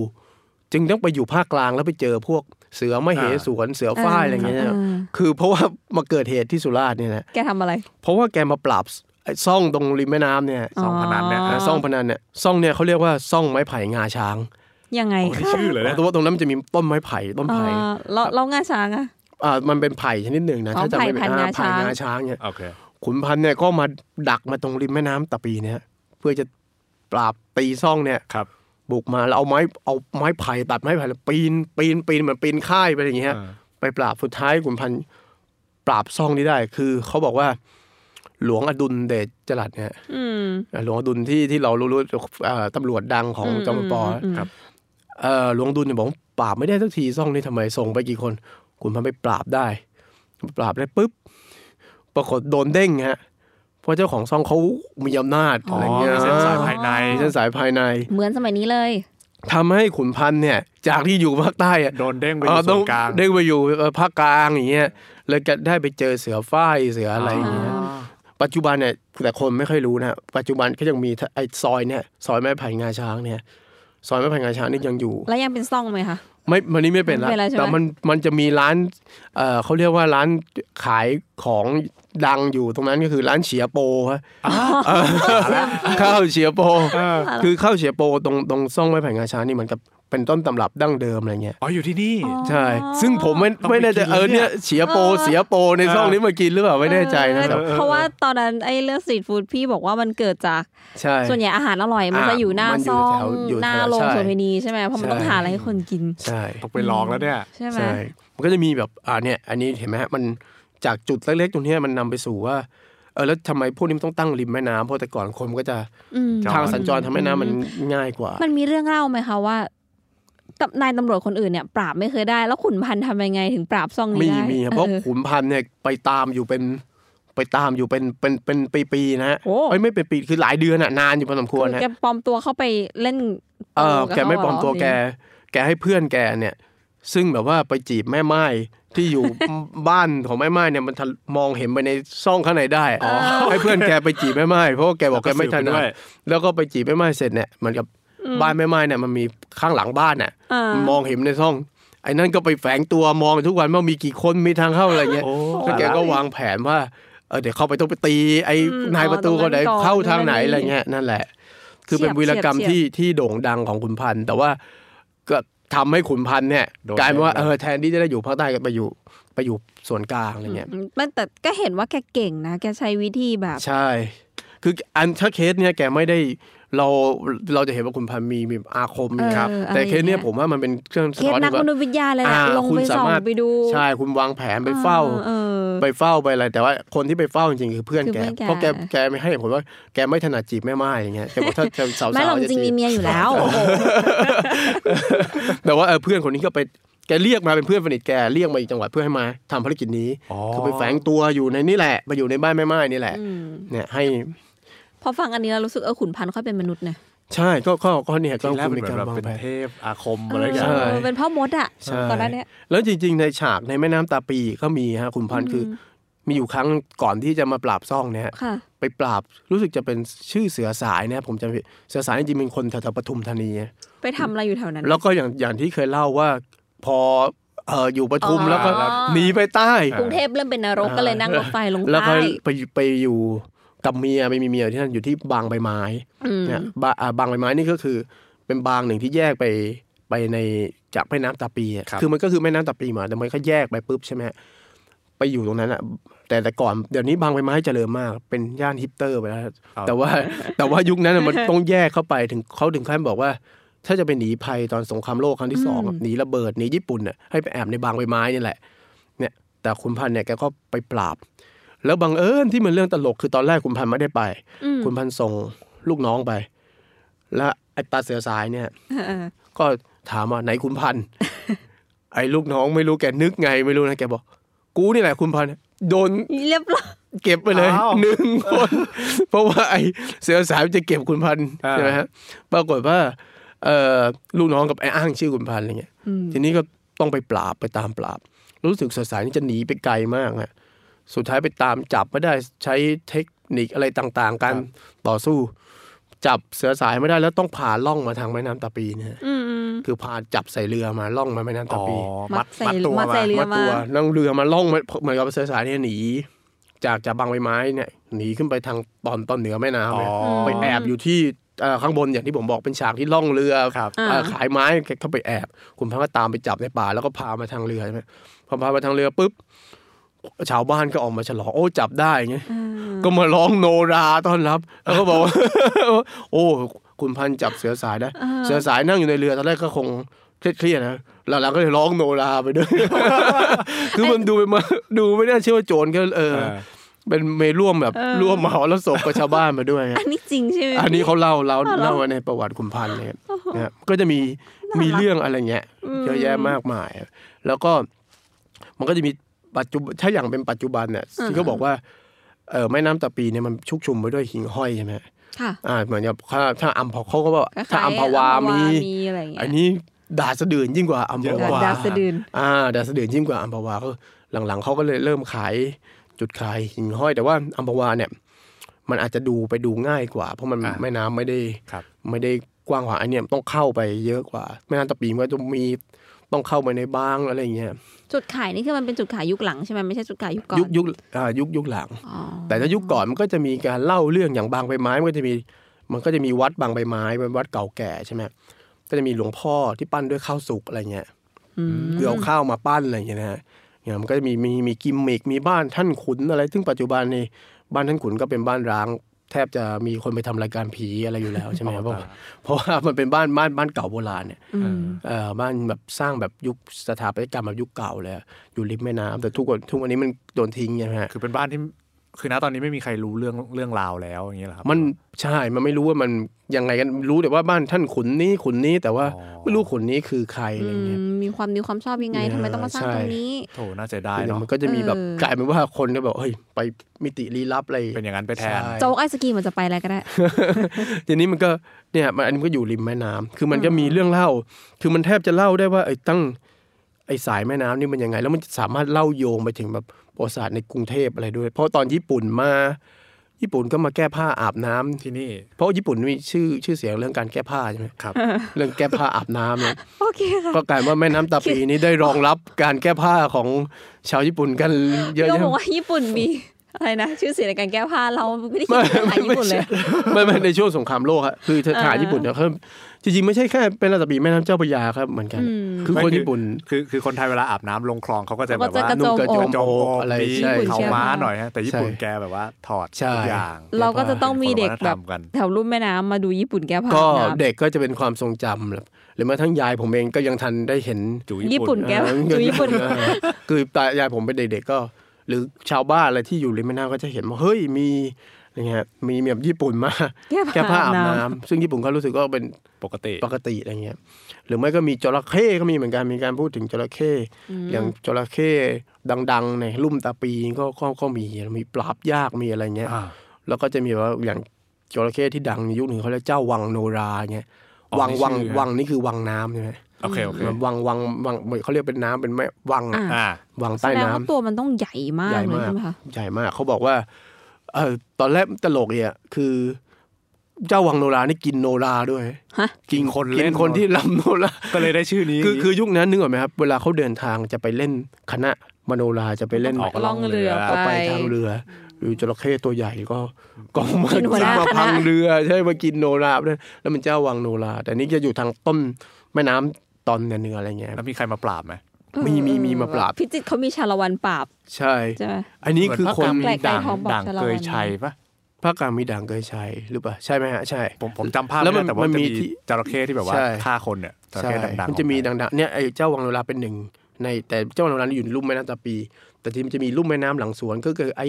Speaker 4: จึงต้องไปอยู่ภาคกลางแล้วไปเจอพวกเสือไม่เหสวนเสือฝ้ายอะไรอย่างเงี้ย
Speaker 3: เออ
Speaker 4: คือเพราะว่ามาเกิดเหตุที่สุราษฎร์เนี่ยนะ
Speaker 3: แกทำอะไร
Speaker 4: เพราะว่าแกมาปราบไอ้ซ่องตรงริมแม่น้ำเนี่ย
Speaker 1: สองพนันเนี่ย
Speaker 3: อ๋อ
Speaker 4: ซ่องพนันเนี่ยซ่องเนี่ยเขาเรียกว่าซ่องไม้ไผ่งาช้าง
Speaker 3: ยังไง
Speaker 1: โอ้ยชื่อเลยนะ
Speaker 4: เพราะว่าตรงนั้นมันจะมีต้นไม้ไผ่ต้น
Speaker 3: อ่า
Speaker 4: ไผ่
Speaker 3: เราเรางาช้างอะ
Speaker 4: อ่ามันเป็นไผ่ชนิดหนึ่งนะ
Speaker 3: อ๋อ
Speaker 4: ถ้าจำไม่
Speaker 3: ไผ่
Speaker 4: ผิด
Speaker 3: พันงา
Speaker 4: อ่าไผ่
Speaker 3: ช้าง
Speaker 4: งาช้างเนี่ย
Speaker 1: โอเค
Speaker 4: ขุนพันธุ์เนี่ยก็มาดักมาตรงริมแม่น้ำตะปีเนี่ยเพื่อจะปราบตีซ่องเนี่ย
Speaker 1: ครับ
Speaker 4: บุกมาแล้วเอาไม้เอาไม้ไผ่ตัดไม้ไผ่แล้วปีนปีนปีนเหมือนปีนค่ายไปอย่างเงี้ย
Speaker 1: เออ
Speaker 4: ไปปราบสุดท้ายขุนพันธุ์ปราบซ่องนี้ได้ คือเขาบอกว่าหลวงอดุลเดชจรัสเนี่ย
Speaker 3: อืม
Speaker 4: อ่าหลวงอดุลที่ที่เรารู้รู้อ่าตำรวจดังของจอมพลปออ
Speaker 1: ครับ
Speaker 4: เอ่อหลวงดุลเนี่ยบอกว่าปราบไม่ได้สักทีซ่องนี่ทำไมส่งไปกี่คนขุนพันธุ์ไปปราบได้ ปราบได้ปุ๊บปรากฏโดนเด้งฮะเพราะเจ้าของซ่องเขามีอำนาจ
Speaker 1: อ๋
Speaker 4: อะ
Speaker 1: อ
Speaker 4: ไรเงี้ย
Speaker 1: มีเส้นสายภายใน
Speaker 4: เส้นสายภายใน
Speaker 3: เหมือนสมัยนี้เลย
Speaker 4: ทำให้ขุนพันธุ์เนี่ย จากที่อยู่ภาคใต้อะ
Speaker 1: โดนเด้งไปอ
Speaker 4: เอ่อยู่
Speaker 1: ส่วนกลาง
Speaker 4: เด้งไปอยู่เอ่อภาคกลางอย่างเงี้ยเลยจะได้ไปเจอเสือฝ้ายเสืออะไรอย่างเงี้ย ปัจจุบันเนี่ยแต่คนไม่ค่อยรู้นะปัจจุบันก็ยังมีไอ้ซอยเนี่ยซอยไม้ไผ่งาช้างเนี่ยซอยไม้ไผ่งาช้างนี่ยังอยู่
Speaker 3: แล้วยังเป็นซ่องไหมคะ
Speaker 4: ไม่มันนี้ไม่เป็นละ
Speaker 3: ไม่เป็นไรใช่ไหม
Speaker 4: แต่มันมันจะมีร้านเอ่อเขาเรียกว่าร้านขายของดังอยู่ตรงนั้นก็คือร้านเฉียโปฮะเออข้าวเฉียโป คือข้าวเฉียโปตรงตรงซ่องไม้แผ่งงาช้างนี่เหมือนกับเป็นต้นตำรับดั้งเดิมอะไรเงี้ย
Speaker 1: อ๋ออยู่ที่นี่
Speaker 4: ใช่ ซึ่งผมไม่
Speaker 1: ต้องไป
Speaker 4: ไม่แน่ใจ
Speaker 1: กิน
Speaker 4: เออเนี่ยเฉียโป
Speaker 3: เออ
Speaker 4: เสียโปในซ่องนี้มากินหรือเปล่าไม่แน่ใจนะ
Speaker 3: เอ
Speaker 4: แต่
Speaker 3: อเพราะว่าตอนนั้นไอ้เรื่องสตรีทฟู้ดพี่บอกว่ามันเกิดจาก
Speaker 4: ใช่
Speaker 3: ส่วนใหญ่อาหารอร่อย มัน
Speaker 4: อ่า
Speaker 3: จะอยู่หน้า
Speaker 4: มันอยู่
Speaker 3: ซ่อง
Speaker 4: แถวอยู่
Speaker 3: หน้า
Speaker 4: แถว
Speaker 3: โรง
Speaker 4: ใช่
Speaker 3: โสเภณีใช่ไหมเพราะมัน
Speaker 4: ใช่
Speaker 3: ต้องหาอะไรให้คนกิน
Speaker 4: ใช่
Speaker 1: ต้องไปลองแล้วเนี่ย
Speaker 3: ใช่ไหม
Speaker 4: ใช่ มันก็จะมีแบบอ่าเนี่ย อันนี้เห็นไหมฮะ มันจากจุดเล็กๆ ตรงเนี้ยมันนำไปสู่ว่า เออแล้วทำไมพวกนี้มันต้องตั้งริมแม่น้ำเพราะแต่ก่อนคนมันก็จะ
Speaker 3: อืม
Speaker 1: จอด
Speaker 4: ทางสัญจรทางแม่น้ำมันง่ายกว่า
Speaker 3: มันมีเรื่องเล่าไหมคะว่ากับนายตำรวจคนอื่นเนี่ย ปราบไม่เคยได้ แล้วขุนพันธ์ทำยังไงถึงปราบซ่องนี้
Speaker 4: มี
Speaker 3: ได้
Speaker 4: มีครับเพราะ
Speaker 3: ออ
Speaker 4: ขุนพันธ์เนี่ยไปตามอยู่เป็นไปตามอยู่เป็นเป็นเป็นปีๆนะฮะ
Speaker 3: โอ้
Speaker 4: เอ้ยไม่เป็นปีคือหลายเดือนอะนานอยู่พอสมควร
Speaker 3: คือ
Speaker 4: นะ
Speaker 3: แกปลอมตัวเข้าไปเล่น
Speaker 4: เออ
Speaker 3: กับ
Speaker 4: แกไม่
Speaker 3: เขา
Speaker 4: ปลอม
Speaker 3: เหร
Speaker 4: ตัวแก แกให้เพื่อนแกเนี่ย ซึ่งแบบว่าไปจีบแม่ไม้ที่อยู่ บ้านของแม่ไม้เนี่ยมันทะมองเห็นไปในซ่องข้างในได้ให้เพื่อนแกไปจีบแม่ไม้เพราะว่าแกบอกแกไม่ทัน
Speaker 1: แล้วก็สืบไปด้ว
Speaker 4: ด้วย ย แล้วก็ไปจีบแม่ไม้เสร็จเนี่ยเหมือนกับบ้านแม่ไม้เนี่ยมันมีข้างหลังบ้านเนี่ย
Speaker 3: อ่า
Speaker 4: มันมองเห็นในซ่องไอ้นั่นก็ไปแฝงตัวมองทุกวันว่ามีกี่คนมีทางเข้าอะไรเงี้ย
Speaker 1: โอ้
Speaker 4: แล้วแกก็วางแผนว่าเออเดี๋ยวเข้าไปต้องไปตี ไอ้นายประตูคนไหน
Speaker 3: อ๋อตรงนั้นก่อน
Speaker 4: เข้าทางไหน
Speaker 3: ตรงนั้นนี่
Speaker 4: อะไรเงี้ยนั่นแหละ คือ
Speaker 3: เฉี
Speaker 4: เป็
Speaker 3: ย
Speaker 4: น
Speaker 3: บ
Speaker 4: วีรกรรม
Speaker 3: เฉียบ
Speaker 4: ที่ที่โด่งดังของขุนพันธ์แต่ว่าก็ทำให้ขุนพันธ์เนี่ย
Speaker 1: โดน
Speaker 4: กลายเป็นว่า
Speaker 1: แย่ง
Speaker 4: เอ
Speaker 1: เลย
Speaker 4: อแทนที่จะได้อยู่ภาคใต้ก็ไปอยู่ไปอยู่ส่วนกลางอะไรเงี้ย
Speaker 3: อืมมันแต่ก็เห็นว่าแกเก่งนะ แกใช้วิธีแบบ
Speaker 4: ใช่ คืออันถ้าเคสเนี่ยแกไม่ได้เราเราจะเห็นว่าคุณพันธ์มีมีอาคม
Speaker 3: เออ
Speaker 4: ครับ
Speaker 3: อะไร
Speaker 4: แต่เคสเนี่ย
Speaker 3: เงี้ย
Speaker 4: ผมว่ามันเป็นเครื่อง
Speaker 3: เค
Speaker 4: สะ
Speaker 3: ส
Speaker 4: ท้อน
Speaker 3: นัก
Speaker 4: ว่าม
Speaker 3: นุษยวิทยาเลยแห
Speaker 4: อ่า
Speaker 3: ละลง
Speaker 4: คุณ
Speaker 3: ไป
Speaker 4: สา
Speaker 3: ส่อง
Speaker 4: มารถ
Speaker 3: ไปดู
Speaker 4: ใช่คุณวางแผนไปเฝ้า
Speaker 3: เออ
Speaker 4: ไปเฝ้าไปอะไร แต่ว่าคนที่ไปเฝ้าจริงๆคือเพื่อน
Speaker 3: คือ
Speaker 4: แก
Speaker 3: เพื่อนแก
Speaker 4: เพราะแกแกไม่ให้ผมว่าแกไม่ถนัดจีบแม่ไม้อย่างเงี้ยแกบอกถ้าแกสาว
Speaker 3: ไม่หรอกจ
Speaker 4: ๆจะ
Speaker 3: ริงๆ
Speaker 4: จี
Speaker 3: มี
Speaker 4: บ
Speaker 3: เมียอยู่แล้ว
Speaker 4: แต่ว่าเออเพื่อนคนนี้ก็ไปแกเรียกมาเป็นเพื่อนสนิทแกเรียกมาอีกจังหวัดเพื่อให้มาทำภารกิจนี้
Speaker 1: อ๋อ
Speaker 4: คือไปแฝงตัวอยู่ในนี่แหละไปอยู่ในบ้านแม่ไม้นี่แหละ
Speaker 3: อืม
Speaker 4: เนี่ยให้
Speaker 3: อฟังอันนี้แล้วรู้สึกเออขุนพันธ์ค่อยเป็นมนุษย์เนี่ย
Speaker 4: ใช่ก็ก็ก็เนี่ยก็
Speaker 1: ทีแรก
Speaker 4: คือ
Speaker 1: เป็น
Speaker 4: มี
Speaker 1: เหมื
Speaker 4: กา
Speaker 1: อน
Speaker 4: ร
Speaker 1: แบบ
Speaker 4: วาง
Speaker 1: เป็น
Speaker 4: แผน
Speaker 1: เทพอาคม
Speaker 3: เอ
Speaker 1: อะไรอย่างเงี้ย
Speaker 3: อเป็นพ่อมดอะ
Speaker 4: ใช่
Speaker 3: ตอนนั้นเนี่ย
Speaker 4: แล้วจริง ๆ ในฉากในแม่น้ำตาปีก็มีฮะขุนพันธ์คือ มีอยู่ครั้งก่อนที่จะมาปราบซ่องเนี่ยฮะ
Speaker 3: ค่ะ
Speaker 4: ไปปราบรู้สึกจะเป็นชื่อเสือสายนะผมจำผิดเสือสายจริงๆเป็นคนแถวๆปทุมธานี
Speaker 3: ไปทำอะไรอยู่แถวนั้น
Speaker 4: แล้วก็อย่างอย่างที่เคยเล่าว่าพอเอออยู่ปทุม
Speaker 3: อ๋อ
Speaker 4: แล้วก็หนีไปใต้
Speaker 3: กรุงเทพเริ่มเป็นนรก
Speaker 4: อ่า
Speaker 3: ก็เลยนั่งรถไฟลง
Speaker 4: แล้วก็
Speaker 3: ใต้
Speaker 4: ไปอยู่ไปอยู่กับเมียไปมีเมียอยู่ที่นั่นอยู่ที่บางใบไม้
Speaker 3: อืม
Speaker 4: เนี่ยบาอ่าบางใบไม้นี่ก็คือเป็นบางหนึ่งที่แยกไปไปในจากแม่น้ำตาปีอะ
Speaker 1: ครับ
Speaker 4: คือมันก็คือแม่น้ำตาปีมาแต่มันก็แยกไปปุ๊บใช่ไหมฮะไปอยู่ตรงนั้นอะแต่แต่ก่อนเดี๋ยวนี้บางใบไม้เจริญมาก เป็นย่านฮิปเตอร์ไปแล้ว แต่ว่าแต่ว่ายุคนั้นอะมันต้องแยกเข้าไปถึงเขาถึงขั้นบอกว่า ถ้าจะไปหนีภัยตอนสงครามโลกครั้งที่สองอะหนีระเบิดหนีญี่ปุ่นน่ะให้ไปแอบในบางใบไม้นี่แหละ เนี่ย แต่คุณพันธ์เนี่ยแกก็ไปปราบ แล้วบังเอิญที่มันเรื่องตลกคือตอนแรกคุณพันธ์ไม่ได้ไป
Speaker 3: อืม
Speaker 4: คุณพันธ์ส่งลูกน้องไป และไอ้ตาเสือสายเนี่ย
Speaker 3: เออ
Speaker 4: ก็ถามว่าไหนคุณพั นธ์ ไอ้ลูกน้องไม่รู้แกนึกไงไม่รู้นะแกบอก กูนี่แหละคุณพันธ์โดน
Speaker 3: เรียบร้อย
Speaker 4: เก็บไปเลย
Speaker 1: อ้าว
Speaker 4: หนึ่งคน เพราะว่าไอ้เสือสามจะเก็บคุณพันธุ์
Speaker 1: อ่า
Speaker 4: ใช่ไหมฮะปรากฏว่าเอ่อลูกน้องกับไอ้อ้างชื่อคุณพันธุ์อะไรเงี้ย
Speaker 3: อืม
Speaker 4: ทีนี้ก็ต้องไปปราบไปตามปราบ รู้สึกเสือสายนี่จะหนีไปไกลมากฮะสุดท้ายไปตามจับไม่ได้ใช้เทคนิคอะไรต่างๆ การต่อสู้ จับเสือสายไม่ได้แล้วต้องผ่าล่องมาทางแม่น้ำตาปีเนี่ยฮะ
Speaker 3: อืมอืม
Speaker 4: คือพาจับใส่เรือมาล่องมาแม่น้ำตา
Speaker 1: อ๋อ
Speaker 4: ปี
Speaker 1: มัด
Speaker 3: มัดใส่
Speaker 1: มัดตัว
Speaker 3: มั
Speaker 1: มา
Speaker 3: ดใส่เรือ
Speaker 4: มาตัวนั่งเรือมาล่องมาเหมือนกับเสือสายเนี่ยหนี จากจากบางใบไม้เนี่ยหนีขึ้นไปทางตอนตอนเหนือแม่
Speaker 1: อ๋อ
Speaker 4: น้ำเนี่ยไปแอบอยู่ที่เอ่อข้างบนอย่างที่ผมบอกเป็นฉากที่ล่องเรือ
Speaker 1: ครับ
Speaker 4: เอ่อ
Speaker 3: อ่า
Speaker 4: ขายไม้แกเข้าไปแอบ คุณพระก็ตามไปจับในป่าแล้วก็พามาทางเรือใช่ไหมพอพามาทางเรือปุ๊บชาวบ้านก็ออกมาฉลองโอ้จับได้ไง
Speaker 3: อ่า
Speaker 4: ก็มาร้องโนราต้อนรับ แล้วก็บอกว่า โอ้ คุณพันธุ์จับเสือสายได้
Speaker 3: อ่า
Speaker 4: เสือสายนั่งอยู่ในเรือตอนแรกก็คงเครียดๆนะหลังๆก็เลยร้องโนราไปด้วย คือมันดูไปมาดูไม่น่าเชื่อว่าโจรก็เออ
Speaker 1: เออ
Speaker 4: เป็นเมร่วมแบบร่วมมหรสพกับชาวบ้านมาด้วย
Speaker 3: อันนี้จริงใช่ไหม
Speaker 4: อันนี้เขาเล่าเล่า
Speaker 3: อ๋อเหรอ
Speaker 4: เล่าไว้ในประวัติคุณพันธุ์เนี่ยนะครับก็จะมีมีเรื่องอะไรเงี้ยเยอะแยะมากมาย แล้วก็มันก็จะมีปัจจุบันถ้าอย่างเป็นปัจจุบันเนี่ยที่เขาบอกว่าเออแม่น้ำตะปีเนี่ยมันชุกชุมไปด้วยหิ่งห้อยใช่ไหม
Speaker 3: ค่ะ
Speaker 4: อ่าเหมือนกับถ้าถ้าอัมพเขาก็บอก
Speaker 3: คล้ยๆ
Speaker 4: ถ้าอัมพวามี
Speaker 3: อะไรอย่างเงี้ย
Speaker 4: อันนี้ดาสะดืนยิ่งกว่าอัมพ
Speaker 1: เยอะ
Speaker 4: วา
Speaker 3: ดาสะดืน
Speaker 4: อ่าดาสะเดือนยิ่งกว่าอัมพวาก็หลังๆเขาก็เลยเริ่มขายจุดขายหิ่งห้อยแต่ว่าอัมพวาเนี่ย มันอาจจะดูไปดูง่ายกว่า เพราะมัน
Speaker 1: อ่า
Speaker 4: แม่น้ำไม่ได้
Speaker 1: ครับ
Speaker 4: ไม่ได้กว้างกว่าอันเนี้ยต้องเข้าไปเยอะกว่าแม่น้ำตะปีมันก็จะมีต้องเข้าไปในบ้างอะไรอย่างเงี้ย
Speaker 3: จุดขายนี่คือมันเป็นจุดขายยุคหลังใช่ไหมไม่ใช่จุดขายยุคก่อน
Speaker 4: ยุคยุคอ่ายุคยุคหลัง
Speaker 3: อ๋อ
Speaker 4: แต่ถ้ายุคก่อนมันก็จะมีการเล่าเรื่องอย่างบางใบไม้มันก็จะมีมันก็จะมีวัดบางใบไม้เป็นวัดเก่าแก่ใช่ไหมก็จะมีหลวงพ่อที่ปั้นด้วยข้าวสุกอะไรเงี้ย
Speaker 3: อืม
Speaker 4: คือเอาข้าวมาปั้นอะไรอย่างเงี้ยนะฮะเนี่ยมันก็จะมีมีมีกิมมิกมีบ้านท่านขุนอะไร ซึ่งปัจจุบันนี่บ้านท่านขุนก็เป็นบ้านร้าง แทบจะมีคนไปทำรายการผีอะไรอยู่แล้วใช่ไหม
Speaker 1: อ๋อ
Speaker 4: เพราะ
Speaker 1: ตาย
Speaker 4: เพราะว่ามันเป็นบ้านบ้านบ้านเก่าโบราณเนี่ย
Speaker 3: อืม
Speaker 4: เอ่อบ้านแบบสร้างแบบยุคสถาปัตยกรรมแบบยุคเก่าเลยอะอยู่ริมแม่น้ำแต่ทุกวันทุกวันนี้มันโดนทิ้งใช่ไหมฮะ
Speaker 1: คือเป็นบ้านที่คือนะตอนนี้ไม่มีใครรู้เรื่องเรื่องราวแล้วอย่างเงี้ยเหรอครับ
Speaker 4: มันใช่ มันไม่รู้ว่ามันยังไงกันรู้แต่ว่าบ้านท่านขุนนี้ขุนนี้แต่ว่า
Speaker 1: อ๋อ
Speaker 4: ไม่รู้ขุนนี้คือใครอะไรอย่างเงี้ย
Speaker 3: อืมมีความดีความชอบยังไง
Speaker 4: เนี่ย
Speaker 3: ทำไมต้องมาสร้าง
Speaker 4: ใช่
Speaker 3: ตรงนี้
Speaker 1: โถน่าเสียดายเนาะ
Speaker 4: มันก็จะมีแบบ
Speaker 3: เออ
Speaker 4: กลายเป็นว่าคนก็แบบเฮ้ยไปมิติลี้ลับอะไร
Speaker 1: เป็นอย่างนั้นไปแทน
Speaker 4: ใช่
Speaker 3: โจ๊กไอศกรีมมันจะไปอะไรก็ได้
Speaker 4: ทีนี้มันก็เนี่ยมันอันนี้มันก็อยู่ริมแม่น้ำคือมันก็มีเรื่องเล่า คือมันแทบจะเล่าได้ว่าไอ้ตั้งไอ้สายแม่น้ำนี่มันยังไง แล้วมันจะสามารถเล่าโยงไปถึงแบบประวัติศาสตร์ในกรุงเทพอะไรด้วย เพราะตอนญี่ปุ่นมา ญี่ปุ่นก็มาแก้ผ้าอาบน้ำ
Speaker 1: ที่นี่
Speaker 4: เพราะญี่ปุ่นมีชื่อชื่อเสียงเรื่องการแก้ผ้าใช่ไหม
Speaker 1: ครับ
Speaker 4: เรื่องแก้ผ้าอาบน้ำเนี่ย
Speaker 3: โอเคค่ะ
Speaker 4: ก็กลายว่าแม่น้ำตาปีนี้ได้รองรับการแก้ผ้าของชาวญี่ปุ่นกันเยอะ
Speaker 3: โย
Speaker 4: แยะ
Speaker 3: บอกว่าญี่ปุ่นมี อะไรนะ ชื่อเสียงในการแก้ผ้าเราไม่ได้คิดถึงขายญี่ปุ่นเลย
Speaker 4: ไม่ไม่ในช่วงสงครามโลกฮะคือทหาร
Speaker 3: อ่า
Speaker 4: ญี่ปุ่นเนี่ยเขาจริงๆ ไม่ใช่แค่เป็นระดับปีแม่น้ำเจ้าพระยาครับเหมือนกัน คือคนญี่ปุ่น
Speaker 1: คือคือคนไทยเวลาอาบน้ำลงคลองเขาก็จะแบบ
Speaker 3: ก็
Speaker 1: ว่า
Speaker 3: จะกระโจม
Speaker 4: นุ่งกระโจ
Speaker 3: อก
Speaker 4: ม
Speaker 1: โจมอก
Speaker 4: อะไร
Speaker 1: มี
Speaker 4: ใช่
Speaker 1: เขาม้าหน่อยฮะแต่ญี่ปุ่น
Speaker 4: ใช่
Speaker 1: แกแบบว่าถอด
Speaker 4: ใช่
Speaker 1: ทุกอย่าง
Speaker 3: เราก็จะต้องมีเด็ก
Speaker 1: ป็นคน
Speaker 3: แบ
Speaker 1: วัฒนธรรม
Speaker 3: บ
Speaker 1: กัน
Speaker 3: แถวรุ่มแม่น้ำมาดูญี่ปุ่นแก้ผ้า
Speaker 4: ก็
Speaker 3: น้ำ
Speaker 4: เด็กก็จะเป็นความทรงจำแบบหรือแม้ทั้งยายผมเองก็ยังทันได้เห็น
Speaker 1: จู
Speaker 3: ญี่ปุ่นแก้ผ้า
Speaker 4: เออ
Speaker 3: ดูญี่ปุ่น
Speaker 4: เออคือตายายผมเป็นเด็กๆก็ หรือชาวบ้านอะไรที่อยู่ริมแม่น้ำก็จะเห็นว่าเฮ้ยมีอะไรเงี้ยมีแบบญี่ปุ่นมา
Speaker 3: แก้
Speaker 4: แก้
Speaker 3: ผ้า
Speaker 4: ผ้า
Speaker 3: อา
Speaker 4: อา
Speaker 3: บบน้ำ
Speaker 4: น้ำซึ่งญี่ปุ่นก็รู้สึกว่าเป็น
Speaker 1: ปกติ
Speaker 4: ปกติอะไรเงี้ยหรือไม่ก็มีจระเข้ก็มีเหมือนกันมีการพูดถึงจระเข้อย่างจระเข้ดังๆในลุ่มตาปีก็ก็ก็มีมีปราบยากมีอะไรเงี้ย
Speaker 1: อ่า
Speaker 4: แล้วก็จะมีว่าอย่าง จระเข้ที่ดังในยุคหนึ่งเขาเรียกเจ้าวังโนราเงี้ย
Speaker 1: อ๋อ
Speaker 4: วัง
Speaker 1: นี่
Speaker 4: วัง
Speaker 1: ชื่อ
Speaker 4: วังนี่คือวังน้ำใช่ไหม
Speaker 1: โอเคโอเค
Speaker 4: มันวังวังวังเขาเรียกเป็นน้ำเป็นแม่วังอะ
Speaker 3: อ่า
Speaker 1: อ่า
Speaker 4: วัง
Speaker 3: แส
Speaker 4: ใต้
Speaker 3: ดง
Speaker 4: น้ำ
Speaker 3: ว่าตัวมันต้องใหญ่มาก
Speaker 4: ใหญ่
Speaker 3: เลย
Speaker 4: มาก
Speaker 3: ใช่ไหมคะ
Speaker 4: ใหญ่มากเขาบอกว่าเออตอนแรกตลกเนี่ยคือ เจ้าวังโนรานี่กินโนราด้วย
Speaker 3: ฮะ
Speaker 1: กินคนเล่น
Speaker 4: กินคนที่ลำโนรา
Speaker 1: ก็เลยได้ชื่อนี้
Speaker 4: คือคือยุคนั้นนึกออกไหมครับ เวลาเขาเดินทางจะไปเล่นคณะมโนราจะไปเล่น
Speaker 3: ออกล่องเรือไป
Speaker 4: ไปทางเรือหรือจระเข้ตัวใหญ่ก็ก็มา
Speaker 3: เป็นหัวหน้า
Speaker 4: มา
Speaker 3: คณะ
Speaker 4: พังเรือใช่มากินโนราด้วยแล้วมันเจ้าวังโนรา แต่นี่จะอยู่ทางต้นแม่น้ำตอนเหนืออะไรเงี้ย
Speaker 1: แล้วมีใครมาปราบไหม
Speaker 4: มีมีมีมาปราบ
Speaker 3: พิจิตรเขามีชาละวันปราบ
Speaker 4: ใช่
Speaker 3: ใช่ไหม
Speaker 4: อันนี้คือคน
Speaker 3: เหมือนภาคกลางท
Speaker 4: ด่าง
Speaker 3: องบอก
Speaker 1: ด่าง
Speaker 3: ชลวัน
Speaker 1: เคยชัยปะ
Speaker 4: ภาคกลางมีด่างเกยชัยหรือเปล่าใช่ไหมฮะใช่
Speaker 1: ผมผมจำภาพ
Speaker 4: แล้
Speaker 1: แล้ว ว
Speaker 4: มัน
Speaker 1: แต่ว่า
Speaker 4: มัน
Speaker 1: จะ
Speaker 4: มี
Speaker 1: มี
Speaker 4: ที่
Speaker 1: จระเข้ที่แบบว่า
Speaker 4: ใช่
Speaker 1: ฆ่าคนเนี่ยจระ
Speaker 4: ใช่
Speaker 1: เข้ดังๆ
Speaker 4: มันจะมี
Speaker 1: ออกา
Speaker 4: ดังๆเนี่ยไอ้เจ้าวังโนราเป็นหนึ่งในแต่เจ้าวังโนรานี่อยู่ในลุ่มแม่น้ำตาปี แต่ที่มันจะมีลุ่มแม่น้ำหลังสวนก็คือไอ้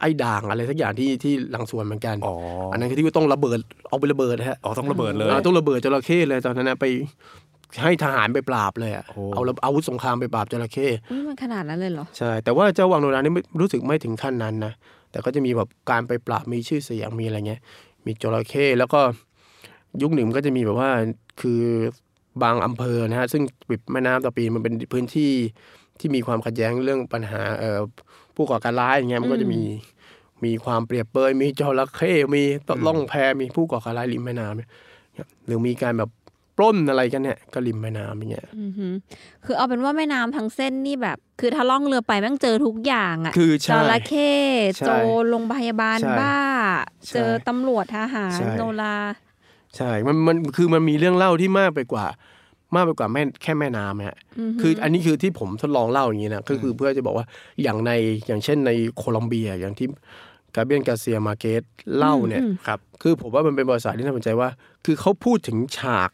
Speaker 4: ไอ้ด่างอะไรสักอย่างที่ที่หลังสวนเหมือนกัน
Speaker 1: อ๋อ
Speaker 4: อันนั้นคือที่ต้องระเบิดเอาไประเบิดนะฮะ
Speaker 1: อ๋อต้องระเบิดเลย
Speaker 4: อ่าต้องระเบิดจระเข้เลยตอนนั้นนะไปให้ทหารไปปราบเลยอะ
Speaker 1: โอ้
Speaker 4: เอาระอาวุธสงครามไปปราบจระเข้
Speaker 3: อุ๊ยมันขนาดนั้นเลยเหรอ
Speaker 4: ใช่แต่ว่าเจ้าวังโนรานี่ไม่รู้สึกไม่ถึงขั้นนั้นนะแต่ก็จะมีแบบการไปปราบมีชื่อเสียงมีอะไรเงี้ย มีจระเข้แล้วก็ยุคหนึ่งมันก็จะมีแบบว่าคือบางอำเภอนะฮะซึ่งปิดแม่น้ำตะปีมันเป็นพื้นที่ที่มีความขัดแย้งเรื่องปัญหาเอ่อผู้ก่อการร้ายอย่างเงี้ยมันก็จะมีมีความเปรียบเปรยมีจระเข้มีตล่องแพมีผู้ก่อการร้ายริมแม่น้ำเนี่ยหรือมีการแบบปล้นอะไรกันเนี่ยก็ริมแม่น้ำอย่างเงี้ย
Speaker 3: อือหือคือเอาเป็นว่าแม่น้ำทั้งเส้นนี่แบบ คือถ้าล่องเรือไปแม่งเจอทุกอย่างอะ
Speaker 4: คือ
Speaker 3: จ
Speaker 4: ใช่
Speaker 3: ระเข้
Speaker 4: ใช่
Speaker 3: โจรโรงพยาบาล
Speaker 4: ใช่
Speaker 3: บ้า
Speaker 4: ใช่
Speaker 3: เจอตำรวจทหาร
Speaker 4: ใช่
Speaker 3: โนรา
Speaker 4: ใช่มันมันคือมันมีเรื่องเล่าที่มากไปกว่า มากไปกว่าแม่แค่แม่น้ำฮะ
Speaker 3: หื
Speaker 4: คืออันนี้คือที่ผมทดลองเล่าอย่างนี้นะก็คือเพื่อจะบอกว่าอย่างในอย่างเช่นในโคลอมเบียอย่างที่กาเบียนกาเซียมาเกตเล่าเนี่ย
Speaker 3: อืม
Speaker 1: ครับ
Speaker 4: คือผมว่ามันเป็นบริษัทที่น่าสนใจว่า คือเขาพูดถึงฉาก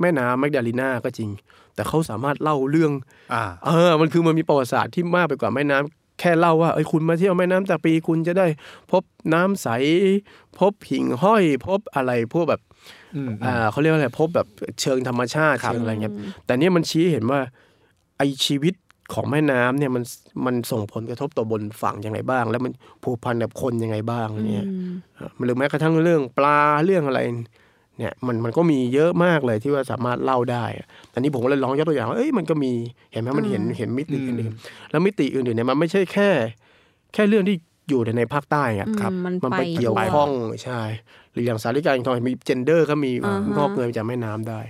Speaker 4: แม่น้ำแมกดาลิน่าก็จริง แต่เขาสามารถเล่าเรื่อง
Speaker 1: อ่า
Speaker 4: เออ มันคือมันมีประวัติศาสตร์ที่มากไปกว่าแม่น้ำแค่เล่าว่าเอ้ยคุณมาเที่ยวแม่น้ำตาปีคุณจะได้ พบน้ำใส พบหิ่งห้อย พบอะไรพวกแบบ อ่าเขาเรียกว่าอะไรพบแบบเชิงธรรมชาติ
Speaker 1: ครับ
Speaker 4: เชิงอะไรเงี้ยแต่เนี่ยมันชี้เห็นว่าไอชีวิตของแม่น้ำเนี่ยมันมันส่งผลกระทบต่อบนฝั่งอย่างไรบ้าง แล้วมันผูกพันกับคนยังไงบ้างเนี่ย
Speaker 3: อืม
Speaker 4: อ่ะหรือแม้กระทั่งเรื่องปลาเรื่องอะไรเนี่ยมันมันก็มีเยอะมากเลยที่ว่าสามารถเล่าได้อ่ะแต่นี้ผมก็เลยลองยกตัวอย่างว่าเอ้ยมันก็มีเห็นไหมมันเห็นเห็นมิติอื่นๆแล้วมิติอื่นๆเนี่ยมันไม่ใช่แค่ แค่เรื่องที่อยู่ในภาคใต้อ่ะ
Speaker 3: อืมมัน
Speaker 4: มัน
Speaker 3: ไป
Speaker 4: ไปเกี่ยว
Speaker 3: ทั่
Speaker 4: ข้องใช่ หรืออย่างสาริกาอินทองมีเจนเดอร์ก็มี
Speaker 3: อ่าฮะ
Speaker 4: งอกเงยมาจากแม่น้ำได้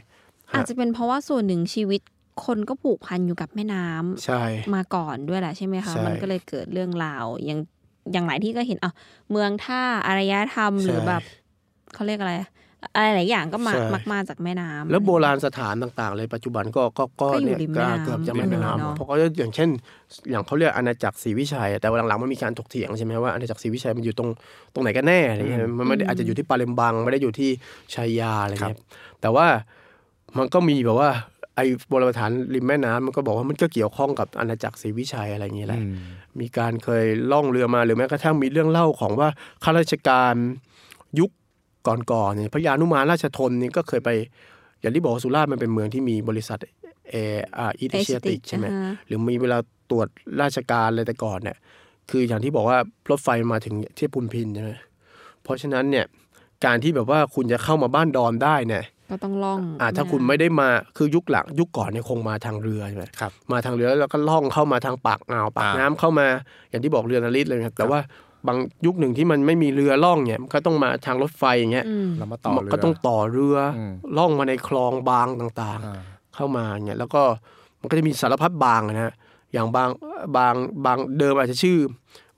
Speaker 4: ฮะ
Speaker 3: อาจจะเป็นเพราะว่าส่วนหนึ่งชีวิตคนก็ผูกพันอยู่กับแม่น้ำ
Speaker 4: ใช่
Speaker 3: มาก่อนด้วยแหละใช่ไหมคะ
Speaker 4: ใช่
Speaker 3: มันก็เลยเกิดเรื่องราว อย่างอย่างหลายที่ก็เห็นอ่ะเมืองท่าอารยธรรมหรือ
Speaker 4: ใช่
Speaker 3: แบบเขาเรียกอะไรอะอะไรหลายอย่างก็มา
Speaker 4: ใช่
Speaker 3: มักมาจากแม่น้ำ
Speaker 4: แล้วโบราณสถานต่างๆเลยปัจจุบันก็ก็ก็
Speaker 3: ก็อยู่
Speaker 4: เนี่ย
Speaker 3: ริมแม่
Speaker 4: ก็
Speaker 3: น้ำ
Speaker 4: เกือบจะไม่แม่
Speaker 3: เนอะ
Speaker 4: น้ำเพราะก็อย่างเช่น อย่างเขาเรียกอาณาจักรศรีวิชัยอะแต่ว่าหลังๆมันมีการถกเถียงใช่ไหมว่าอาณาจักรศรีวิชัยมันอยู่ตรงตรงไหนกันแน่อะไรเงี้ยมันไม่ได้อาจจะอยู่ที่ปาเลมบังไม่ได้อยู่ที่ชัยยาอะไรเงี้ยแต่ว่ามันก็มีแบบว่าไอ้โบราณสถานริมแม่น้ำมันก็บอกว่ามันก็เกี่ยวข้องกับอาณาจักรศรีวิชัยอะไรอย่างเงี้ยแหละ มีการเคยล่องเรือมาหรือแม้กระทั่งมีเรื่องเล่าของว่าข้าราชการยุคก่อนๆเนี่ยพระยานุมานราชทนนี่ก็เคยไป อย่างที่บอกว่าสุราษฎร์มันเป็นเมืองที่มีบริษัทเออาอีเอเชียติกใช่ไหม
Speaker 3: อ่าฮะ
Speaker 4: หรือมีเวลาตรวจราชการอะไรแต่ก่อนเนี่ยคืออย่างที่บอกว่ารถไฟมาถึงที่พุนพินใช่ไหมเพราะฉะนั้นเนี่ยการที่แบบว่าคุณจะเข้ามาบ้านดอนได้เนี่ย
Speaker 3: ก็ต้องล่อง
Speaker 4: อ่าถ้าคุณไม่ได้มาคือยุคหลังยุคก่อนเนี่ยคงมาทางเรือใช่ไหม
Speaker 1: ครับ
Speaker 4: มาทางเรือแล้วก็ล่องเข้ามาทางปากอ่าวปาก
Speaker 1: อ่า
Speaker 4: น้ำเข้ามาอย่างที่บอกเรือนาริสเลยนะครับแต่ว่าบางยุคหนึ่งที่มันไม่มีเรือล่องเนี่ยมันก็ต้องมาทางรถไฟอย่างเงี้ย
Speaker 3: อืม
Speaker 1: เรามาต่อ
Speaker 4: มัน
Speaker 1: เรื
Speaker 4: ก็ต้องต่อเรืออ
Speaker 1: ม
Speaker 4: ล่องมาในคลองบางต่าง
Speaker 1: อ่า
Speaker 4: ๆ เข้ามาเนี่ยแล้วก็มันก็จะมีสารพัดบางอะนะฮะอย่างบางบางบางเดิมอาจจะชื่อ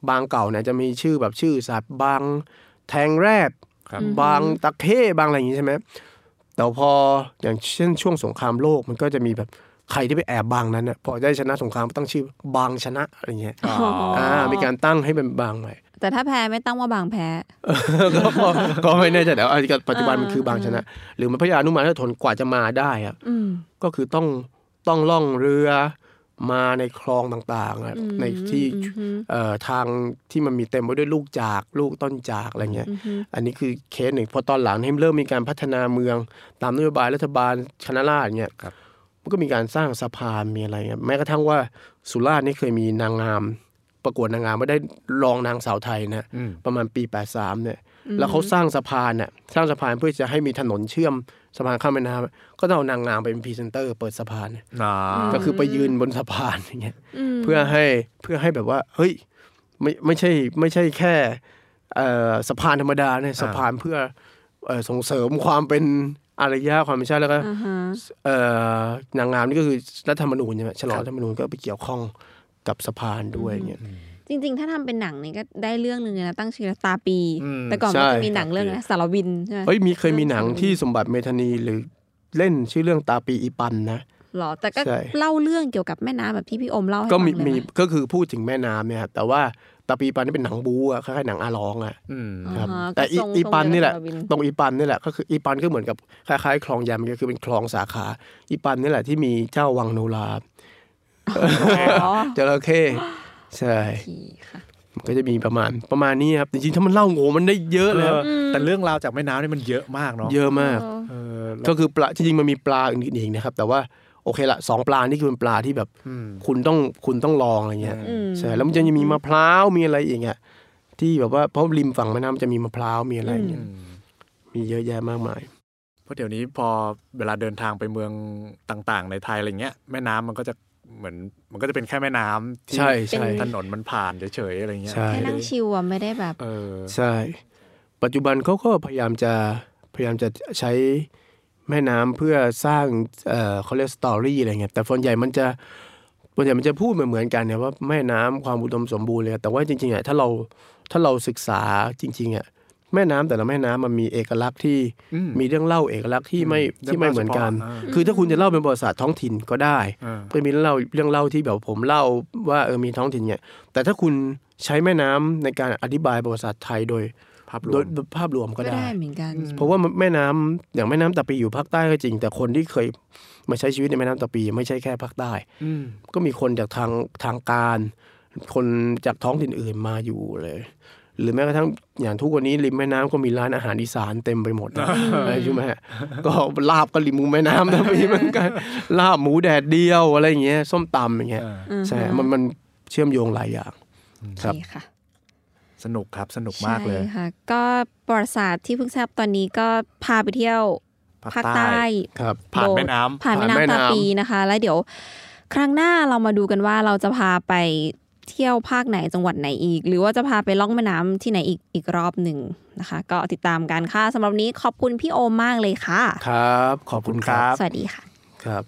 Speaker 4: บางเก่าเนี่ยจะมีชื่อแบบชื่อสัตว์บางแทงแรด
Speaker 1: ครับ
Speaker 3: อืม
Speaker 4: บางตะเข้บางอะไรอย่างนี้ใช่ไหมแต่พออย่างเช่นช่วงสงครามโลกมันก็จะมีแบบใครที่ไปแอบบางนั้นน่ะพอได้ชนะสงครามตั้งชื่อบางชนะอะไรเงี้ย
Speaker 1: อ๋ออ่
Speaker 4: อ่ามีการตั้งให้เป็นบางใหม่
Speaker 3: แต่ถ้าแพ้ไม่ตั้งว่าบางแพ้
Speaker 4: ก็ก็ก็ไม่แน่ใจแต่ว่าอันนี้ก็ปัจจุบันมัน
Speaker 3: อ่า
Speaker 4: คือบางชนะ หรือมันพระยานุมานราชทนกว่าจะมาได้อะ
Speaker 3: อืม
Speaker 4: ก็คือต้องต้องล่องเรือมาในคลองต่างๆอะ
Speaker 3: อืม
Speaker 4: ในที่
Speaker 3: อือฮึ
Speaker 4: เอ่อทางที่มันมีเต็มไปด้วยลูกจากลูกต้นจากอะไรเงี้ย
Speaker 3: อือฮึ
Speaker 4: อันนี้คือเคสหนึ่งพอตอนหลังให้เริ่มมีการพัฒนาเมือง ตามนโยบายรัฐบาลชนะราษฎรเนี่ย
Speaker 1: ครับ
Speaker 4: มันก็มีการสร้างสะพานมีอะไรเงี้ยแม้กระทั่งว่าสุราษฎร์นี่เคยมีนางงาม ประกวดนางงามไม่ได้รองนางสาวไทยนะ
Speaker 1: อืม
Speaker 4: ประมาณปี 83เนี่ย แล้วเขาสร้างสะพานน่ะสร้างสะพานเพื่อจะให้มีถนนเชื่อมสะพานข้ามแม่น้ำก็ต้องเอานางงามไปเป็นพรีเซนเตอร์ เปิดสะพานเนี่ย
Speaker 1: นะ
Speaker 4: ก็คือไปยืนบนสะพานอย่างเงี้ย
Speaker 3: ม
Speaker 4: เพื่อให้เพื่อให้แบบว่า เฮ้ยไม่ไม่ใช่ไม่ใช่แค่เอ่อสะพานธรรมดาเนี่ยสะพานเพื่อเอ่อส่งเสริมความเป็นอารยะความเป็นชาติแล้วก็
Speaker 3: อ่าฮะ
Speaker 4: เอ่อนางงามนี่ก็คือรัฐธรรมนูญใช่ไหมฉลองรัฐธรรมนูญก็ไปเกี่ยวข้องกับสะพานด้วยอย่างเงี้ย
Speaker 3: จริง ๆ ถ้าทำเป็นหนังนี่ก็ได้เรื่องหนึ่งเลยนะตั้งชื่อว่าตาปี
Speaker 1: อืม
Speaker 3: แต่ก่อนมัน
Speaker 4: ใช่
Speaker 3: จะมีหนังเรื่องนะสารวินใช่ไหม
Speaker 4: เอ้ยมีเคยมีหนังที่สมบัติเมธานีหรือเล่นชื่อเรื่องตาปีอีปันนะ
Speaker 3: หรอแต่ก็
Speaker 4: ใช่
Speaker 3: เล่าเรื่องเกี่ยวกับแม่น้ำแบบที่พี่อมเล่าให้
Speaker 4: ก็
Speaker 3: ฟัง
Speaker 4: มี
Speaker 3: เลย
Speaker 4: มี
Speaker 3: ไหม
Speaker 4: ก็คือพูดถึงแม่น้ำเนี่ยครับแต่ว่าตาปีอีปันนี่เป็นหนังบู๊อะคล้ายๆหนังอาร้องอะ
Speaker 1: อืม
Speaker 4: ครับ
Speaker 3: อ่าฮะ
Speaker 4: แต่อี
Speaker 3: ก็ทรง
Speaker 4: อีปันนี่แหละ
Speaker 3: ทรงเดี ยวกับสรวิ
Speaker 4: ตรงอีปันนี่แหละก็คืออีปันก็เหมือนกับคล้ายๆคลองยามก็คือเป็นคลองสาขา อีปันนี่แหละที่มีเจ้าวังโนรา
Speaker 3: อ๋อ
Speaker 4: จระเข้ใช่
Speaker 3: โอเคค่ะ
Speaker 4: มันก็จะมีประมาณประมาณนี้ครับจริงๆถ้ามันเล่าโง่มันได้เยอะเลยครับ
Speaker 1: เออแต่เรื่องราวจากแม่น้ำนี่มันเยอะมากเนาะ
Speaker 4: เยอะมาก
Speaker 1: เออแล้ว
Speaker 4: ก็คือปลาจริงๆมันมีปลาอื่นๆอีกนะครับ แต่ว่าโอเคละสองปลานี่คือเป็นปลาที่แบบ
Speaker 1: อืม
Speaker 4: คุณต้องคุณต้องลองอะไรเงี้ย
Speaker 3: อืม
Speaker 4: ใช่แล้วมันจะยังมีมะพร้าวมีอะไรอีกอ่ะที่แบบว่าเพราะริมฝั่งแม่น้ำจะมีมะพร้าวมีอะไรอย่างเงี้ยมีเยอะแยะมากมาย
Speaker 1: เพราะเดี๋ยวนี้พอเวลาเดินทางไปเมืองต่างๆ ในไทยอะไรเงี้ยแม่น้ำมันก็จะเหมือนมันก็จะเป็นแค่แม่น้ำที่
Speaker 4: ใช่ใช่
Speaker 3: เป็น
Speaker 1: ถนนมันผ่านเฉยๆอะไรเงี้ย
Speaker 4: ใช่
Speaker 3: แค่นั่งชิวอะไม่ได้แบบ
Speaker 1: เออ
Speaker 4: ใช่ ปัจจุบันเขาก็พยายามจะพยายามจะใช้แม่น้ำเพื่อสร้างเอ่อเขาเรียกสตอรี่อะไรเงี้ยแต่ส่วนใหญ่มันจะส่วนใหญ่มันจะพูดเหมือนเหมือนๆกันเนี่ยว่าแม่น้ำความอุดมสมบูรณ์เลยแต่ว่าจริงๆอ่ะถ้าเราถ้าเราศึกษาจริงๆอ่ะแม่น้ำแต่ละแม่น้ำมันมีเอกลักษณ์ที่
Speaker 1: อืม
Speaker 4: มีเรื่องเล่าเอกลักษณ์ที่ไม่
Speaker 1: เรื่อง
Speaker 4: ที่ไม่เหมือนกัน
Speaker 1: เฉพาะอ่า
Speaker 4: คือถ้าคุณจะเล่าเป็นประวัติศาสตร์ท้องถิ่นก็ได้
Speaker 1: เออ
Speaker 4: ก็มีเรื่องเล่าเรื่องเล่าที่แบบผมเล่าว่าเออมีท้องถิ่นเนี่ยแต่ถ้าคุณใช้แม่น้ำในการอธิบายประวัติศาสตร์ไทยโดย
Speaker 1: ภาพรวม
Speaker 4: โดยโดยภาพรวมก็
Speaker 3: ก็
Speaker 4: ได้
Speaker 3: ได้เหมือนกัน
Speaker 4: เพราะว่าแม่น้ำอย่างแม่น้ำตะปีอยู่ภาคใต้ก็จริง แต่คนที่เคยมาใช้ชีวิตในแม่น้ำตะปีไม่ใช่แค่ภาคใต้
Speaker 1: อืม
Speaker 4: ก็มีคนจากทางทางการ คนจากท้องถิ่นอื่นมาอยู่เลย หรือแม้กระทั่งอย่างทุกวันนี้ริมแม่น้ำก็มีร้านอาหารอีสานเต็มไปหมด นะใช่ไหมฮะก็ลาบก็ริมแม่น้ำนะพี่เหมือนกัน ลาบหมูแดดเดียวอะไรอย่างเงี้ยส้มตำอย่างเงี้ย
Speaker 1: เออ
Speaker 4: ใช่มันมันเชื่อมโยงหลายอย่าง ครับ
Speaker 3: โอเค่ะ
Speaker 1: สนุกครับสนุกมากเลย
Speaker 3: ใช่ค่ะ ก็ประวัติศาสตร์ที่เพิ่งทราบตอนนี้ก็พาไปเที่ยวภาคใต้
Speaker 4: ครับ
Speaker 1: ผ่านแม่น้ำ
Speaker 3: ผ่านแม่
Speaker 4: ผ่านแม่
Speaker 3: น้ำตา
Speaker 4: น้ำ
Speaker 3: ปีนะคะ แล้วเดี๋ยว ครั้งหน้าเรามาดูกันว่าเราจะพาไปเที่ยวภาคไหนจังหวัดไหนอีก หรือว่าจะพาไปล่องแม่น้ำที่ไหนอีกอีกรอบหนึ่งนะคะ ก็ติดตามกันค่ะสำหรับวันนี้ขอบคุณพี่โอมมากเลยค่ะ
Speaker 4: ครับ ขอบคุณครับ
Speaker 3: สวัสดีค่ะ
Speaker 4: ครับ